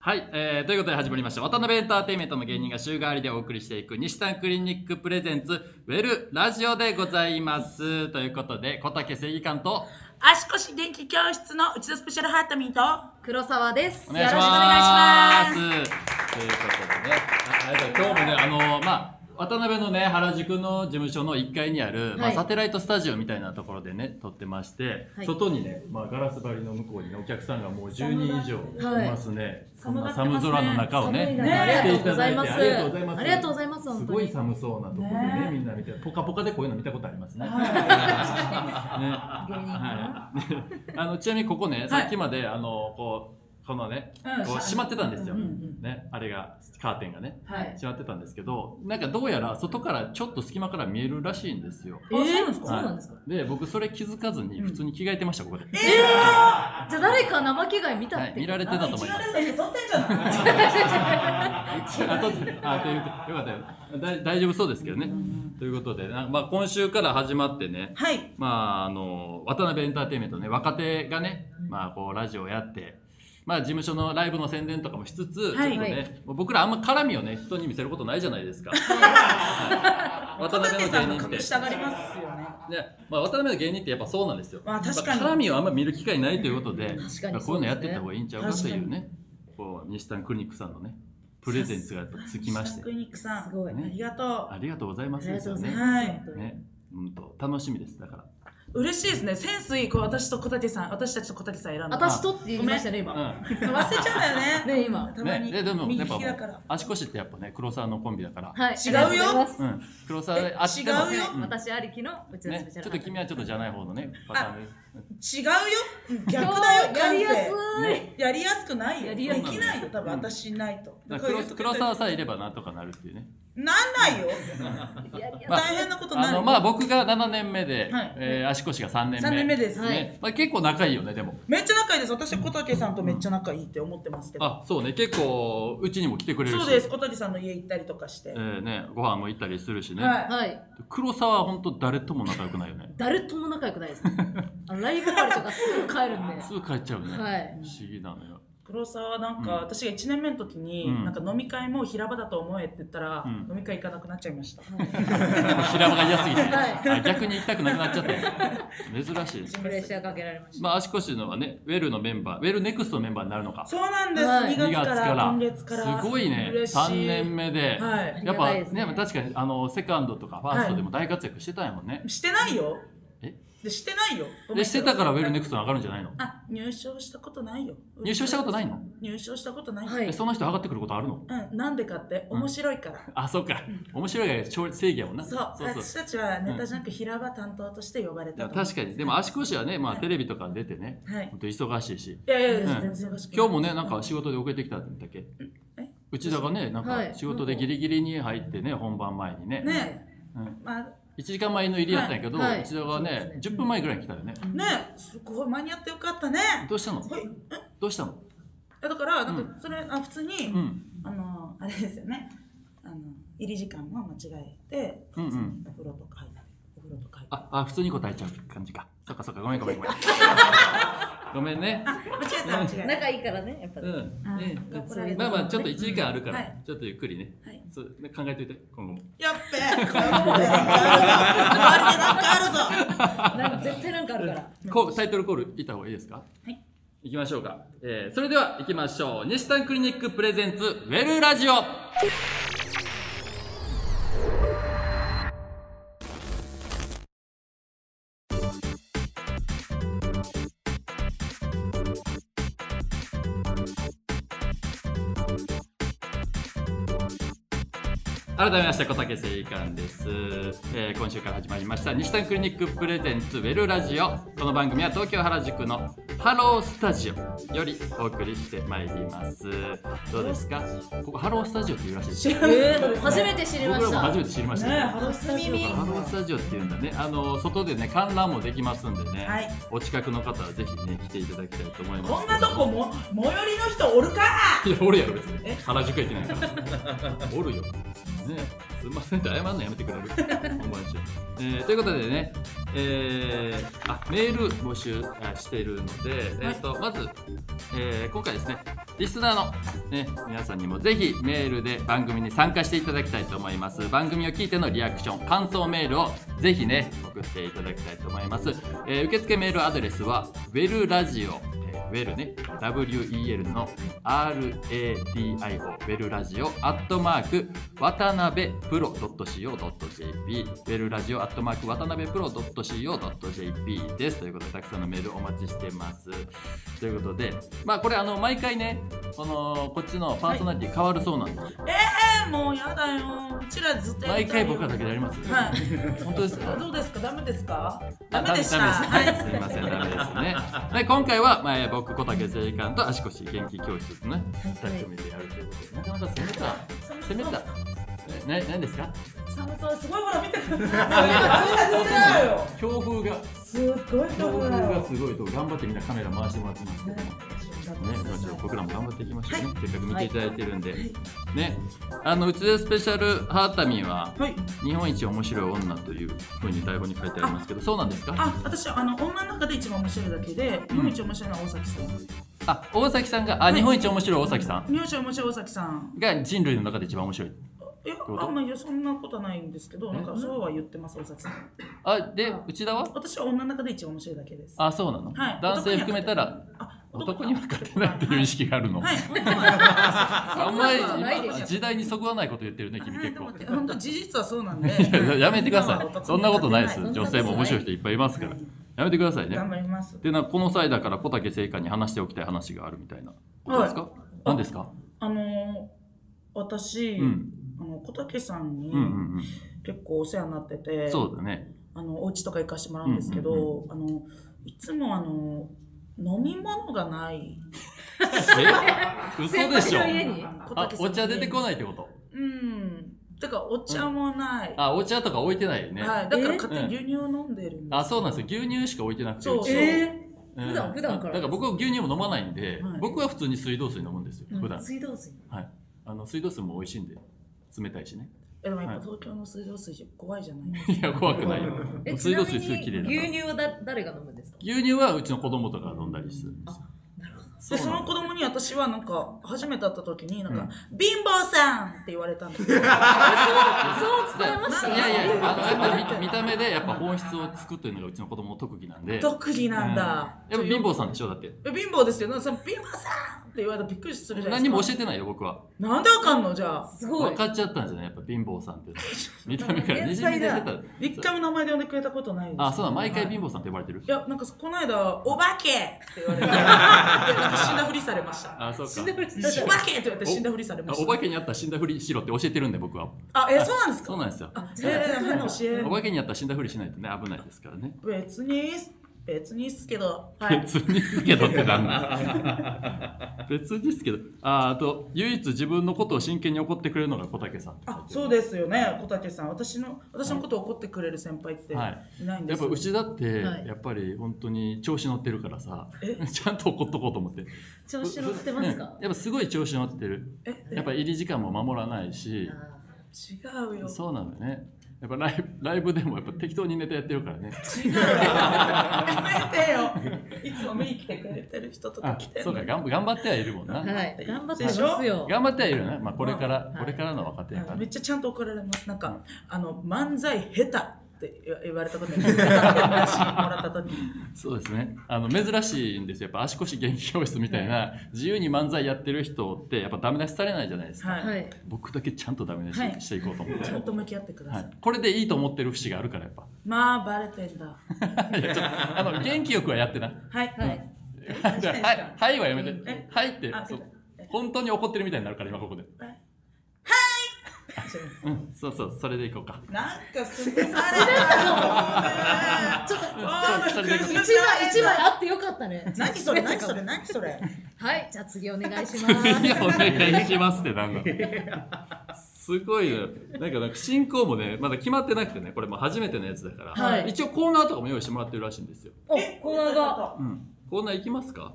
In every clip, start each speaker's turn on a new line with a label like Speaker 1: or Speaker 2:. Speaker 1: はい、えーということで始まりました渡辺エンターテインメントの芸人が週替わりでお送りしていく西丹クリニックプレゼンツウェルラジオでございますということで小竹正義感と
Speaker 2: 足腰元気教室の内田スペシャルハートミーと
Speaker 3: 黒沢です。
Speaker 1: お願いし
Speaker 3: よろく
Speaker 1: ます
Speaker 3: お願い
Speaker 1: というこ
Speaker 3: し
Speaker 1: とでねああれだ今日もねあのまあ渡辺のね原宿の事務所の1階にある、まあ、
Speaker 3: はい
Speaker 1: サテライトスタジオみたいなところでね撮ってまして、
Speaker 3: はい
Speaker 1: 外にね、まあ、ガラス張りの向こうに、ね、お客さんがもう10人以上
Speaker 3: はい
Speaker 1: いますね、そん
Speaker 2: 寒が
Speaker 1: な
Speaker 2: ってます
Speaker 1: 寒空の中をね
Speaker 2: ね
Speaker 3: 寒
Speaker 2: 中
Speaker 3: い
Speaker 1: 来
Speaker 2: あ
Speaker 1: て
Speaker 2: り
Speaker 1: い
Speaker 2: が
Speaker 1: た
Speaker 3: とうご
Speaker 1: だ
Speaker 3: ざい
Speaker 1: い
Speaker 3: ま
Speaker 1: て
Speaker 3: す
Speaker 1: ありがとうございます
Speaker 3: ありがとうございます
Speaker 1: す
Speaker 3: 本当
Speaker 1: ご
Speaker 3: に
Speaker 1: い寒そうなところでね
Speaker 2: ね
Speaker 1: みんな見てポカポカでこういうの見たことありますね。ね
Speaker 3: 芸人かな
Speaker 1: はい、あのちなみにここね、さっきまであのこうこのね、
Speaker 2: うん
Speaker 1: こう閉まってたんですよ、
Speaker 2: うんうん
Speaker 1: ね、あれがカーテンがね
Speaker 2: はい
Speaker 1: 閉まってたんですけどなんかどうやら外からちょっと隙間から見えるらしいんですよ
Speaker 3: えー
Speaker 2: そうなんです
Speaker 3: そうなんですか。
Speaker 1: で僕それ気づかずに普通に着替えてました、ここで、
Speaker 3: じゃあ誰か生着替え見た
Speaker 1: は
Speaker 3: っ
Speaker 1: い、
Speaker 3: て。
Speaker 1: 見られてたと思います
Speaker 2: 一眼レフ撮ってんじゃない
Speaker 1: あとであということよかったよだ大丈夫そうですけどね、ということで、なまあ、今週から始まってね、
Speaker 2: はい
Speaker 1: まあ、あの渡辺エンターテインメントね若手がね、まあ、こうラジオやって、まあ、事務所のライブの宣伝とかもしつつ、
Speaker 2: はい
Speaker 1: ちょっと
Speaker 3: は
Speaker 1: ね、もう僕らあんま絡みをね人に見せることないじゃないです か渡
Speaker 2: 小
Speaker 1: 辺
Speaker 2: 竹
Speaker 1: の芸人
Speaker 2: さんが
Speaker 1: って
Speaker 2: 隠したがりますよね
Speaker 1: ねまあ、渡辺の芸人ってやっぱそうなんですよ、
Speaker 2: まあ確かに
Speaker 1: やっぱ絡みをあんま見る機会ないということで
Speaker 3: 確かにそうですね
Speaker 1: まあこういうのやってった方がいいんちゃうかというねこう西丹クリニックさんのねプレゼンツがやっぱつきまして
Speaker 2: クリニックさん
Speaker 3: すごい
Speaker 2: ありがと
Speaker 1: ありがとうござい
Speaker 3: あ
Speaker 1: ます
Speaker 3: りが
Speaker 1: です
Speaker 3: とう
Speaker 1: よ
Speaker 3: ござい
Speaker 1: ね。
Speaker 3: ます。
Speaker 2: はい
Speaker 3: 本当に
Speaker 1: ねうんと楽しみですだから
Speaker 2: う嬉しいですねセンスいいこう私と小竹さん私たちと小竹さん選んだ
Speaker 3: 私とって言いましたね今。
Speaker 1: うん
Speaker 2: 忘れちゃうんだよね
Speaker 3: ね今。
Speaker 2: たまに
Speaker 1: ね、ででも
Speaker 2: 右
Speaker 1: やっ
Speaker 2: 利
Speaker 1: ぱ
Speaker 2: きだから
Speaker 1: 足腰ってやっぱね黒沢のコンビだから、
Speaker 3: はい。
Speaker 2: 違うよ
Speaker 3: ありがとございます
Speaker 1: うん、黒沢
Speaker 2: え
Speaker 1: あっても
Speaker 2: 違うよ
Speaker 1: うん
Speaker 3: 私ありきのうちのス
Speaker 1: ね
Speaker 3: ペシャ
Speaker 1: ちょ
Speaker 3: ル
Speaker 1: っと
Speaker 3: ハート。
Speaker 1: 君はちょっとじゃない方のねパターンね
Speaker 2: 違うようん逆だよ
Speaker 3: 今日やりや
Speaker 2: 感性
Speaker 3: すい。
Speaker 2: やりやすくないよ
Speaker 3: や
Speaker 2: で
Speaker 3: りやす
Speaker 1: い
Speaker 2: きないよ多分
Speaker 1: うん
Speaker 2: 私いないと
Speaker 1: だ
Speaker 2: だ
Speaker 1: か
Speaker 2: からら
Speaker 1: 黒黒沢さえいればなんとかなるっていうね
Speaker 2: なんないよ
Speaker 3: やりやすい
Speaker 1: まあ
Speaker 2: 大変なことにな
Speaker 1: あ
Speaker 2: るよ
Speaker 1: のまあ僕が7年目で、
Speaker 2: はい
Speaker 1: えー足腰が3年目
Speaker 2: 三年目です
Speaker 3: は
Speaker 1: ねまあ、結構仲いいよねでも
Speaker 2: めっちゃ仲いいです私は小竹さんとめっちゃ仲いいって思ってますけど
Speaker 1: あそうね結構うちにも来てくれるし
Speaker 2: そうです小竹さんの家行ったりとかして
Speaker 1: えーね、ご飯も行ったりするしね、
Speaker 2: はい
Speaker 3: はい。
Speaker 1: 黒沢は本当誰とも仲良くないよね
Speaker 3: 誰とも仲良くないです。 あのライブ終わりとかすぐ帰るんで。
Speaker 1: すぐ帰っちゃうね、
Speaker 3: はい
Speaker 1: 不思議なのよ、
Speaker 2: 黒沢はなんか、
Speaker 1: うん
Speaker 2: 私が1年目の時に、
Speaker 1: うん
Speaker 2: なんか飲み会も平場だと思えって言ったら、
Speaker 1: うん
Speaker 2: 飲み会行かなくなっちゃいました、
Speaker 1: もう 平場が嫌すぎて、
Speaker 3: はい
Speaker 1: あ逆に行きたくなくなっちゃったよ珍しい
Speaker 2: 自
Speaker 3: プ
Speaker 2: 分
Speaker 3: レ
Speaker 2: で
Speaker 3: ッシャーかけられました。
Speaker 1: まあ、足腰のはね、ウェルのメンバー、ウェルネクストのメンバーになるのか。
Speaker 2: そうなんです、
Speaker 3: はい
Speaker 2: 2月から今
Speaker 1: 二
Speaker 2: 月から
Speaker 1: すごいね、
Speaker 2: 嬉しい
Speaker 1: 3年目で。
Speaker 2: はい
Speaker 1: やっぱ
Speaker 3: ありがたい
Speaker 1: ね
Speaker 3: ですね
Speaker 1: 確かにあのセカンドとかファーストでも大活躍してたんやもんね、
Speaker 2: してないよ
Speaker 1: え
Speaker 2: でしてないよ
Speaker 1: でしてたからウェルネク
Speaker 2: ス
Speaker 1: ストに上がるんじゃないの
Speaker 2: あ入賞したことないよ
Speaker 1: 入賞したことないの
Speaker 2: 入賞したことない、
Speaker 3: はい
Speaker 1: えその人上がってくることあるの
Speaker 2: うん、なんでかって面白いから、
Speaker 1: あそっか面白いが正正義やもんな
Speaker 2: そう
Speaker 1: そうそう
Speaker 2: 私たちはネタじゃなく平場担当として呼ばれ
Speaker 1: いや
Speaker 2: たと思う
Speaker 1: 確かにでも足腰はね、まあ、
Speaker 2: はい
Speaker 1: テレビとか出てね
Speaker 2: はい
Speaker 1: 本当忙しいし
Speaker 2: いやいやいや
Speaker 1: うん
Speaker 2: 全然忙しくない
Speaker 1: 今日もねなんか仕事で遅れてきたんだっけ
Speaker 2: え
Speaker 1: 内田がねなん
Speaker 3: は
Speaker 1: か
Speaker 3: い
Speaker 1: 仕事でギリギリに入ってね本番前にね
Speaker 2: ね
Speaker 1: うん
Speaker 2: まあ
Speaker 1: 1時間前の入りやったんやけど、
Speaker 3: はいはい
Speaker 1: 内田がね
Speaker 3: そうですね
Speaker 1: 10分前ぐらいに来たよね、
Speaker 2: ねすごい間に合ってよかったね
Speaker 1: どうしたの
Speaker 2: はい
Speaker 1: どうしたの
Speaker 2: だからなん
Speaker 1: う
Speaker 2: かそれ、あ普通に、
Speaker 1: うん
Speaker 2: あのあれですよねあの入り時間を間違えて、
Speaker 1: うんうん
Speaker 2: お風呂とか入ったりお風呂とか入ったり
Speaker 1: ああ普通に答えちゃう感じかそっかそっかごめんごめんごめんごめんね
Speaker 2: あ間違えた間違えた
Speaker 3: 仲いいからねやっぱ
Speaker 1: う
Speaker 3: り。
Speaker 1: ん、
Speaker 2: あ
Speaker 1: ね
Speaker 2: 怒られたね
Speaker 1: まあまあちょっと1時間あるから、
Speaker 2: はい
Speaker 1: ちょっとゆっくりね
Speaker 2: はい
Speaker 1: そうね考えといて今後も
Speaker 2: やっべえこれも俺なんかあるぞ周りでなんかあるぞ
Speaker 3: なんか絶対なんかあるから。
Speaker 1: こうタイトルコールいった方がいいですか
Speaker 2: はい
Speaker 1: 行きましょうか、えー、それでは行きましょう西丹クリニックプレゼンツウェルラジオ改めまして小竹誠一官です、えー今週から始まりました西丹クリニックプレゼンツウェルラジオこの番組は東京原宿のハロースタジオよりお送りしてまいりますどうですかここハロースタジオっていうらしいです
Speaker 2: ら
Speaker 3: えー、初めて知りま
Speaker 1: 僕
Speaker 3: し
Speaker 1: らも
Speaker 3: た
Speaker 1: 初。めて知りました
Speaker 2: ねえ
Speaker 1: ね
Speaker 2: ハロスタジ
Speaker 1: ハ
Speaker 2: オ
Speaker 1: ロースタジオっていうんだねあの外でね観覧もできますんでね、
Speaker 2: はい
Speaker 1: お近くの方はぜひね来ていただきたいと思います
Speaker 2: こんなとこも最寄りの人おるか
Speaker 1: いやおるやろ別
Speaker 2: え
Speaker 1: に原宿駅ないからおるよねすんませんって謝るのやめてくれる本番中、えーということでね、えーあメール募集あしているので、えー、とまず、えー今回ですねリスナーの、ね、皆さんにもぜひメールで番組に参加していただきたいと思います番組を聞いてのリアクション感想メールをぜひね送っていただきたいと思います、えー受付メールアドレスはウェルラジオえーウェルね WEL の RADIO ウェルラジオアットマーク渡辺プロ .co.jp ウェルラジオアットマーク渡辺プロ .co.jp ですということでたくさんのメールお待ちしてますということでまあこれあの毎回ねこのこっちのパーソナリティ変わるそうなんですよ、
Speaker 2: えもうやだようちらずっとや
Speaker 1: 毎
Speaker 2: りた
Speaker 1: 回
Speaker 2: いよ
Speaker 1: 僕らだけでやります、
Speaker 2: は
Speaker 1: 本当ですか
Speaker 2: いどうですかダメですか
Speaker 1: あ
Speaker 2: ダメでした
Speaker 1: ダメです
Speaker 2: は
Speaker 1: ね。すみません、 ダメですね。で今回は、まあ、えー僕小竹税関と足腰元気教室とね、二組でやるということで、なかなか攻めた、
Speaker 2: 寒そ
Speaker 1: 攻
Speaker 2: う
Speaker 1: めた。え、な、なんですか。
Speaker 2: 寒そうすごいほら見てくださいよ
Speaker 1: 強風が、
Speaker 2: すっごいと
Speaker 1: 強
Speaker 2: こ
Speaker 1: 風
Speaker 2: だ
Speaker 1: が
Speaker 2: よ
Speaker 1: すごいと、頑張ってみんなカメラ回してもらってますけども。ね、もちろん僕らも頑張っていきましょうね、せっかく見ていただいてるんで、ね、あのうちでスペシャルハータミンは
Speaker 2: はい
Speaker 1: 日本一面白い女というふうに台本に書いてありますけど、そうなんですか？
Speaker 2: あ私あの女の中で一番面白いだけで日本一面白いのは大崎さん
Speaker 1: あ、大崎さんがあ、日本一面白い大崎さん
Speaker 2: 日本一面白い大崎さん
Speaker 1: が人類の中で一番面白い。
Speaker 2: いやあんまりそんなことはないんですけどなんかそうは言ってます大崎さん
Speaker 1: あで内田は
Speaker 2: 私は女の中で一番面白いだけです
Speaker 1: あそうなの、
Speaker 2: はい
Speaker 1: 男性含めたら
Speaker 2: あ
Speaker 1: 男には勝てないっていう意識があるの、
Speaker 2: はい本当は
Speaker 1: あん
Speaker 3: そ
Speaker 1: ま
Speaker 3: んなことな
Speaker 1: り
Speaker 3: いでしょ
Speaker 1: 今時代にそぐわないこと言ってるね君
Speaker 2: はい
Speaker 1: 結
Speaker 2: で
Speaker 1: 構
Speaker 2: も 本当事実はそうなんで
Speaker 1: いややめてくださいそんなことないです
Speaker 3: そんなこと
Speaker 1: 女性も面白い人いっぱいいますからやめてくださいね
Speaker 2: 頑張ります
Speaker 1: でなんかこの際だから小竹製菓に話しておきたい話があるみたいなことですか、何ですか
Speaker 2: あのー私、
Speaker 1: うん
Speaker 2: あの小竹さんに
Speaker 1: うんうんうん
Speaker 2: 結構お世話になってて、
Speaker 1: そうだね
Speaker 2: あのお家とか行かしてもらうんですけど、
Speaker 1: うんう
Speaker 2: あのいつもあの飲み物がない
Speaker 1: え嘘でしょ
Speaker 3: 先輩の家に
Speaker 2: 小
Speaker 1: あ
Speaker 2: 竹さん
Speaker 1: お茶出てこ
Speaker 2: い
Speaker 1: ないってこと
Speaker 2: うんだからお茶もない、
Speaker 1: あお茶とか置いてないよね、
Speaker 2: はい、だから勝手に牛乳飲んでるんです
Speaker 1: あそうなんですよ牛乳しか置いてなくて
Speaker 2: そう
Speaker 1: うち
Speaker 2: そう
Speaker 3: え
Speaker 1: うん
Speaker 3: 普段普段から
Speaker 1: だから僕は牛乳も飲まないんで、
Speaker 2: はい
Speaker 1: 僕は普通に水道水飲むんですよ、
Speaker 3: ー
Speaker 1: 普段
Speaker 3: 水道水
Speaker 1: あの水道水も美味しいんで冷たいしね
Speaker 2: えでもやっ
Speaker 1: は
Speaker 2: ぱ
Speaker 1: い
Speaker 2: 東京の水道水怖いじゃない
Speaker 1: いや怖くないよ
Speaker 3: え
Speaker 1: 水道水すぐ綺麗だ
Speaker 3: ちな
Speaker 1: か
Speaker 3: みに
Speaker 1: ら
Speaker 3: 牛乳はだ誰が飲むんですか
Speaker 1: 牛乳はうちの子供とか飲んだりするんですよ
Speaker 2: でその子供に私はなんか初めて会った時になんか、貧乏さんって言われたんですよ
Speaker 3: そう伝えました
Speaker 1: いやいやあのやっぱり見見た目でやっぱ本質をつくというのがうちの子供の特技なんで
Speaker 2: 特技なんだ、
Speaker 1: うんやっぱ貧乏さんでしょだって
Speaker 2: え貧乏ですよ。なんかその貧乏さんって言われたらびっくりするじゃない
Speaker 1: 何
Speaker 2: ですか。
Speaker 1: も教えてないよ僕は
Speaker 2: なんであかんのじゃあ。
Speaker 3: すごい
Speaker 1: 分かっちゃったんじゃないやっぱ貧乏さんって見た目からに
Speaker 3: 天
Speaker 1: じみ
Speaker 3: 才
Speaker 1: 出
Speaker 3: だ
Speaker 1: てた
Speaker 2: 一回も名前で呼んでくれたことないです。
Speaker 1: あそうだ毎回
Speaker 2: はい
Speaker 1: 貧乏さんって呼ばれてる
Speaker 2: いや、なんかこの間、お化けって言 われて、でなんか死んだふりされました。
Speaker 1: あそうか
Speaker 3: 死んでくれ
Speaker 2: お化けって言われて死んだふりされ
Speaker 1: あ
Speaker 2: まし
Speaker 1: お
Speaker 2: た。
Speaker 1: 化けにあったら死んだふりしろって教えてるんで僕は
Speaker 2: あ、え、そうなんですか
Speaker 1: そうなんですよ
Speaker 2: あ、えー、変な教え
Speaker 1: お。化けにあったら死んだふりしないとね危ないですからね
Speaker 2: 別に、別にっすけど、はい。
Speaker 1: 別にっすけどってなんだ別にっすけどああと唯一自分のことを真剣に怒ってくれるのが小竹さんって書いて
Speaker 2: あ
Speaker 1: る、
Speaker 2: そうですよね、小竹さん。私の、私のことを怒ってくれる先輩ってい
Speaker 1: はい
Speaker 2: ないんで
Speaker 1: やっ
Speaker 2: す
Speaker 1: ぱ
Speaker 2: よ。
Speaker 1: 牛だって
Speaker 3: はい
Speaker 1: やっぱり本当に調子乗ってるからさ、
Speaker 2: え
Speaker 1: ちゃんと怒っとこうと思って
Speaker 3: 調子乗ってます
Speaker 1: う
Speaker 3: か
Speaker 1: んやっぱすごい調子乗ってる
Speaker 2: え、え
Speaker 1: やっぱ入り時間も守らないし
Speaker 2: 違うよ。
Speaker 1: そうなのよねやっぱライブライブでもやっぱ適当にネタやってるからね
Speaker 2: 違うよ。やめてよ。いつも見に来てくれてる人とか
Speaker 1: あ
Speaker 2: 来て
Speaker 1: そうか頑張頑張ってはいるもんな、
Speaker 3: はい頑張って
Speaker 2: で
Speaker 3: ま
Speaker 2: すしょ
Speaker 3: よ
Speaker 1: 頑張ってはいるよね、まあ、これから、
Speaker 3: はい
Speaker 1: これからの若手やか
Speaker 2: あ
Speaker 1: ら、
Speaker 2: めっちゃちゃんと怒られます。なん
Speaker 1: う
Speaker 2: か
Speaker 1: ん、
Speaker 2: あの、漫才下手って言わ言われたことに、下手って話もらった時に。
Speaker 1: そうですね。あの、珍しいんですよ。やっぱ足腰元気教室みたいな、自由に漫才やってる人って、やっぱダメ出しされないじゃないですか。
Speaker 2: は。
Speaker 3: はいい
Speaker 1: 僕だけちゃんとダメ出し
Speaker 2: はい
Speaker 1: していこうと思って。
Speaker 2: ち
Speaker 1: は
Speaker 2: ゃ
Speaker 1: い
Speaker 2: んと向き合ってください。
Speaker 1: これでいいと思ってる節があるからやっぱ
Speaker 2: まあ、バレてんだ。
Speaker 1: いやちょあの元気よくはやってな
Speaker 2: はい。
Speaker 3: はい
Speaker 1: はいはいはやめて
Speaker 2: え
Speaker 1: はいって
Speaker 2: あ、
Speaker 1: そう
Speaker 2: そうえ
Speaker 1: 本当に怒ってるみたいになるから今ここで
Speaker 2: そう
Speaker 1: うんそうそうそれでいこうか
Speaker 2: なんかすごい。あ
Speaker 3: ちょっと
Speaker 2: れあー
Speaker 1: それでいこう
Speaker 2: 崩
Speaker 3: 一
Speaker 2: され
Speaker 3: 枚一枚あってよかったね
Speaker 2: 何それ何それ何それ
Speaker 3: はいじゃあ次お願いしま
Speaker 1: 次
Speaker 3: す
Speaker 1: お願いしますってなんだすごいよなんかなんか進行もねまだ決まってなくてねこれもう初めてのやつだから、
Speaker 3: はい
Speaker 1: 一応コーナーとかも用意してもらってるらしいんですよ
Speaker 3: おコーナーが
Speaker 1: うん、コーナー行きますか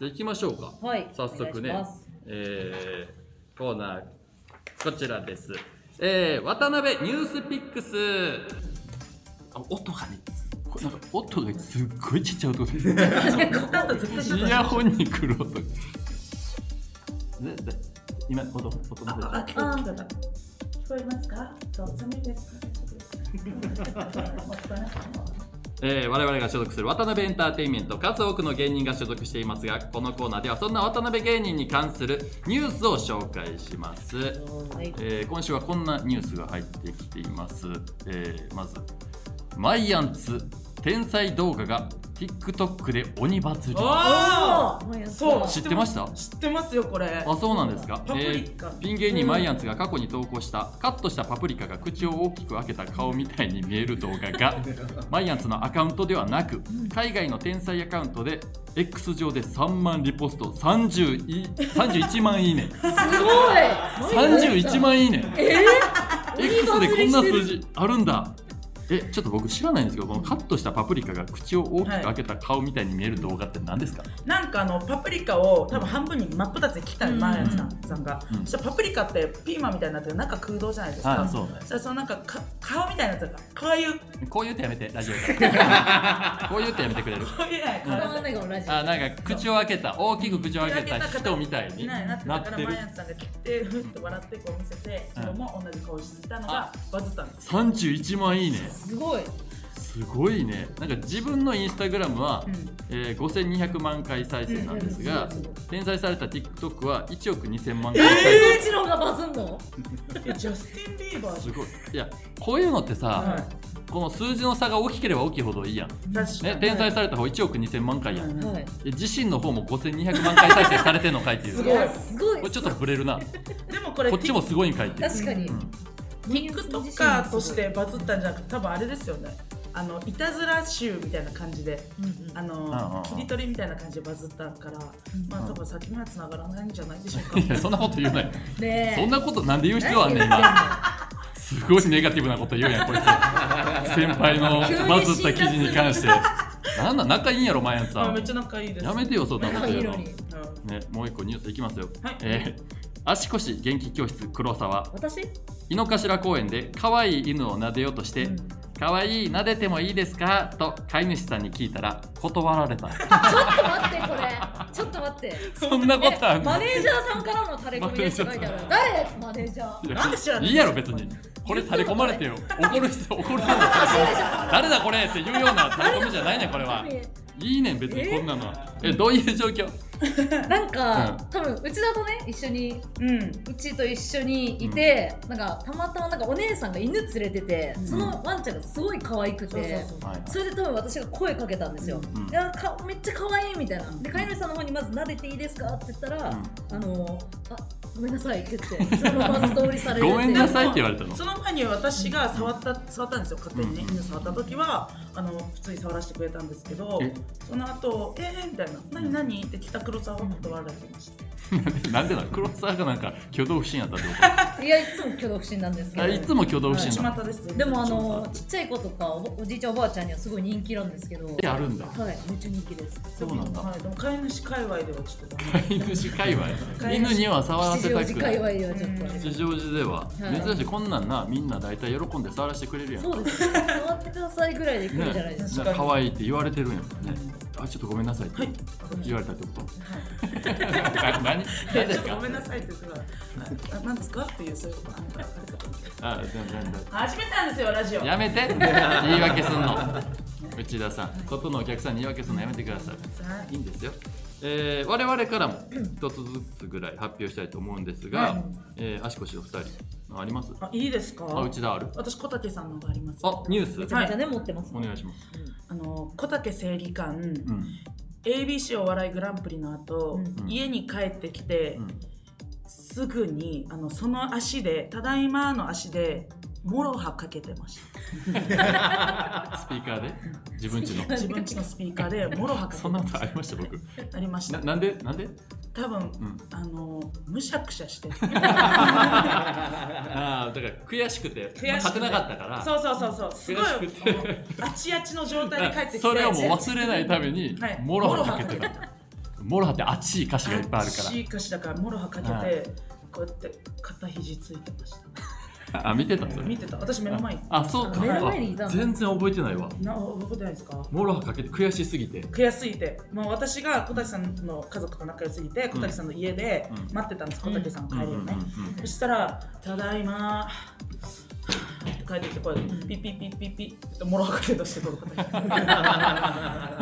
Speaker 1: じゃあ行きましょうか
Speaker 3: はい
Speaker 1: 早速
Speaker 3: お願
Speaker 1: ね
Speaker 3: いします、
Speaker 1: えーコーナーこちらですえー、渡辺ニュースピックスあ音がねこなんか音がすっごいちっちゃい音で
Speaker 2: こんなの絶対
Speaker 1: イヤホンに来る音でで今音音
Speaker 2: あ
Speaker 1: の
Speaker 2: あ、聞こえた。聞こえますかどうぞみです。
Speaker 1: えー我々が所属する渡辺エンターテインメント数多くの芸人が所属していますがこのコーナーではそんな渡辺芸人に関するニュースを紹介します、
Speaker 3: はい。
Speaker 1: えー今週はこんなニュースが入ってきています、えーまずマイアンツ天才動画が TikTok で鬼祭り
Speaker 2: あ
Speaker 3: もうやった
Speaker 2: そう
Speaker 1: 知ってました
Speaker 2: あ、知ってますよ、これ。
Speaker 1: あそうなんですか、
Speaker 2: パプリカ
Speaker 1: ピン芸人マイアンツが過去に投稿したカットしたパプリカが口を大きく開けた顔みたいに見える動画 がマイアンツのアカウントではなく海外の天才アカウントで X 上で3万リポスト30い31万いい ね
Speaker 3: すごい。
Speaker 1: 31万いいね
Speaker 3: え
Speaker 1: X でこんな数字あるんだえちょっと僕知らないんですけどこのカットしたパプリカが口を大きく開けた顔みたいに見える動画って何ですか、
Speaker 2: なんかあのパプリカを多分半分に真っ二つに切ったの、
Speaker 3: うん
Speaker 2: マーヤンさんさんが、
Speaker 1: うん
Speaker 2: そしたらパプリカってピーマンみたいになってる中空洞じゃないですか、
Speaker 1: あそうね
Speaker 2: そしたらそのなんかか顔みたいなやつがこういうこ
Speaker 1: こういう手やめてラジオ からこういう手やめてくれる
Speaker 2: ういうない
Speaker 3: 伝
Speaker 2: 顔
Speaker 3: わんないかもラジオ。
Speaker 1: あなんか口を開けた大きく口を開けた人みたいに
Speaker 2: いない
Speaker 1: な
Speaker 2: なってた
Speaker 1: っ
Speaker 2: か
Speaker 1: て
Speaker 2: らマ
Speaker 1: る
Speaker 2: ーヤンさんが切ってふんと笑ってこう見せて
Speaker 1: うん
Speaker 2: 自分も同じ顔してたのがバズったんです
Speaker 1: 31万いいね
Speaker 3: すごい。
Speaker 1: すごいねなんか自分のインスタグラムは、
Speaker 2: うん
Speaker 1: えー5200万回再生なんですが、
Speaker 3: うんうんうん
Speaker 1: 転載された TikTok は1億2000万
Speaker 3: え
Speaker 1: 回再生、
Speaker 3: そっちの方がバズんの？
Speaker 2: えジャスティン・ビーバーじ
Speaker 1: すごいいやこういうのって
Speaker 2: ゃん、
Speaker 1: さ、この数字の差が大きければ大きいほどいいやん、ね、
Speaker 2: 確かに
Speaker 1: 転載された方1億2000万回やん、
Speaker 2: うん
Speaker 3: は
Speaker 1: え自身の方も5200万回再生されてんのかいってい
Speaker 3: い。
Speaker 1: う
Speaker 3: す
Speaker 2: ごい
Speaker 3: ごい。すごい。
Speaker 1: これちょっとブレるな
Speaker 2: でもこれ
Speaker 1: こっちもすごいんかいっていう、
Speaker 3: 確かに
Speaker 1: う。ん
Speaker 2: TikToker としてバズったんじゃなくて多分あれですよねあのいたずら集みたいな感じで
Speaker 3: うんうん。
Speaker 2: あ
Speaker 1: うんうんうん
Speaker 2: の切り取りみたいな感じでバズったから、まあ多分先には繋がらないんじゃないでしょうか。
Speaker 1: いやそんなこと言うなよ
Speaker 3: ねえ。
Speaker 1: そんなことなんで言う必要あんねん
Speaker 3: 何言
Speaker 1: 今
Speaker 3: っ
Speaker 1: すごいネガティブなこと言う やんこいつ先輩のバズった記事に関してなんなん仲いいんやろマヤンさ
Speaker 2: あめっ
Speaker 1: ん
Speaker 2: ちゃ仲いいです。
Speaker 1: やめてよそんな
Speaker 3: てんの
Speaker 1: こと
Speaker 3: 仲い
Speaker 1: 言うの
Speaker 3: いのに。
Speaker 2: うん
Speaker 1: ねもう一個ニュースいきますよ、
Speaker 2: はい
Speaker 1: えー足腰元気教室黒沢
Speaker 3: 私？
Speaker 1: 井の頭公園で可愛い犬を撫でようとして、
Speaker 3: うん
Speaker 1: 可愛い撫でてもいいですかと飼い主さんに聞いたら断られ た
Speaker 3: ちょっと待ってこれちょっと待って
Speaker 1: そんなことあ
Speaker 3: え
Speaker 1: んの
Speaker 3: マネージャーさんからのタレコミですって書いてある誰マネージャー
Speaker 1: いや
Speaker 2: なんで知らない
Speaker 1: いいやろ別にこれ垂れ込まれてよ怒る人怒る人誰だこれって言うような垂れ込みじゃないねんこれはいいねん別にこんなのはえどういう状況
Speaker 3: なんか、
Speaker 1: う
Speaker 3: 多分うちだとね一緒に
Speaker 2: うん。
Speaker 3: うちと一緒にいて、なんかたまたまなんかお姉さんが犬連れてて、そのワンちゃんがすごい可愛くて、
Speaker 2: そうそうそう。
Speaker 1: はい
Speaker 3: それで多分私が声かけたんですよ。
Speaker 1: うん
Speaker 3: いやかめっちゃ可愛いみたいな。で飼い主さんの方にまず撫でていいですかって言ったら、
Speaker 1: う
Speaker 3: あのあごめんなさいって言ってそのままストーリーされる
Speaker 1: ごめんなさいって言われたの
Speaker 2: その前に私が触った触ったんですよ勝手にね
Speaker 1: うん
Speaker 2: 犬触った時はあの普通に触らせてくれたんですけど
Speaker 1: え
Speaker 2: その後えーみたいな何何って北黒沢は断られてました。
Speaker 1: なんでなの黒沢がなんか挙動不審やったってこ
Speaker 3: いやいつも挙動不審なんですけ
Speaker 1: と
Speaker 3: ど。
Speaker 1: あいつも挙動不審なの
Speaker 2: 巷ですね。
Speaker 3: でもあのちっちゃい子とかおおじいちゃんおばあちゃんにはすごい人気なんですけど。
Speaker 1: えあるんだ
Speaker 3: はい、めっちゃ人気です。
Speaker 1: そうなんだ
Speaker 2: はいでも飼い主界隈ではちょっとダメ。
Speaker 1: 飼い主界隈
Speaker 2: 飼い主
Speaker 1: 犬には触らせ
Speaker 3: 吉
Speaker 1: た
Speaker 3: 祥
Speaker 1: く
Speaker 3: 寺
Speaker 1: な
Speaker 3: 界
Speaker 1: い
Speaker 3: 隈ではちょっ
Speaker 2: う
Speaker 3: と、
Speaker 2: ん
Speaker 1: 吉祥寺では
Speaker 3: はい
Speaker 1: 珍しいこんなんなみんな大体喜んで触らせてくれるやん
Speaker 3: そうです。触ってくださいぐらいで来るじゃないですか。
Speaker 2: 確かに
Speaker 1: 可愛いって言われてるんやもんねあちょっとごめんな さいって
Speaker 2: はい。
Speaker 1: 言われたってこと何 何ですか
Speaker 2: ごめんなさいって言ってたから、あなんですかっていう、そういうこと、あれかと思って
Speaker 1: あ全然全然
Speaker 2: 始めたんですよ、ラジオ。
Speaker 1: やめて言い訳すんの内田さん外のお客さんに言い訳すんのやめてください
Speaker 2: はい
Speaker 1: いいんですよ、えー、我々からも一つずつぐらい発表したいと思うんですが、
Speaker 2: はい
Speaker 1: えー足腰の二人あります
Speaker 2: あ、いいですか
Speaker 1: あ内田ある
Speaker 2: 私、小竹さんのがあります。
Speaker 1: あニュー
Speaker 3: め
Speaker 1: ス
Speaker 3: ちゃめちゃね、持ってます
Speaker 1: お。願いします、
Speaker 2: あの小竹正義感、
Speaker 1: うん、
Speaker 2: ABC お笑いグランプリの後、
Speaker 3: うん
Speaker 2: 家に帰ってきて、
Speaker 1: うん
Speaker 2: すぐにあのその足で、ただいまの足で、もろはかけてまし
Speaker 1: スピーカーで自分ちの
Speaker 3: スピ
Speaker 2: た。自分家のスピーカーで もろはかけて
Speaker 1: そんな
Speaker 2: ま
Speaker 1: こ
Speaker 2: し
Speaker 1: と
Speaker 2: た
Speaker 1: あ。りました僕
Speaker 2: ありまし
Speaker 1: な
Speaker 2: た。
Speaker 1: なんでなんで
Speaker 2: 多分、
Speaker 1: ん
Speaker 2: あのむしゃくし ゃして。
Speaker 1: ああだから悔しくて
Speaker 2: 悔しくて
Speaker 1: 勝てなかったから
Speaker 2: そうそうそうそうすごい
Speaker 1: 悔しくて
Speaker 2: もうあちあちの状態で帰ってき て
Speaker 1: それをもう忘れないために
Speaker 2: はい
Speaker 1: モロハかけてたモロハって熱い歌詞がいっぱいあるか
Speaker 2: あっちい歌詞だからもろはかけ
Speaker 1: はい
Speaker 2: てこうやって肩肘ついてました
Speaker 1: あ見てたそれ
Speaker 2: 見てた私目の前に
Speaker 1: あそうか
Speaker 3: 目の前にいたの
Speaker 1: あ全然覚えてないわ
Speaker 2: な覚えてないですか
Speaker 1: モロハかけて悔しすぎて
Speaker 2: 悔しすぎて、もう私が小竹さんの家族と仲良すぎて、小竹さんの家で
Speaker 1: うん
Speaker 2: 待ってたんです、小竹さんの帰りを
Speaker 1: うんうん
Speaker 2: ね。そしたら、ただいまーって帰ってきて、これ、ピッピッピッピッピッってもろはかけ出してくる 小竹さん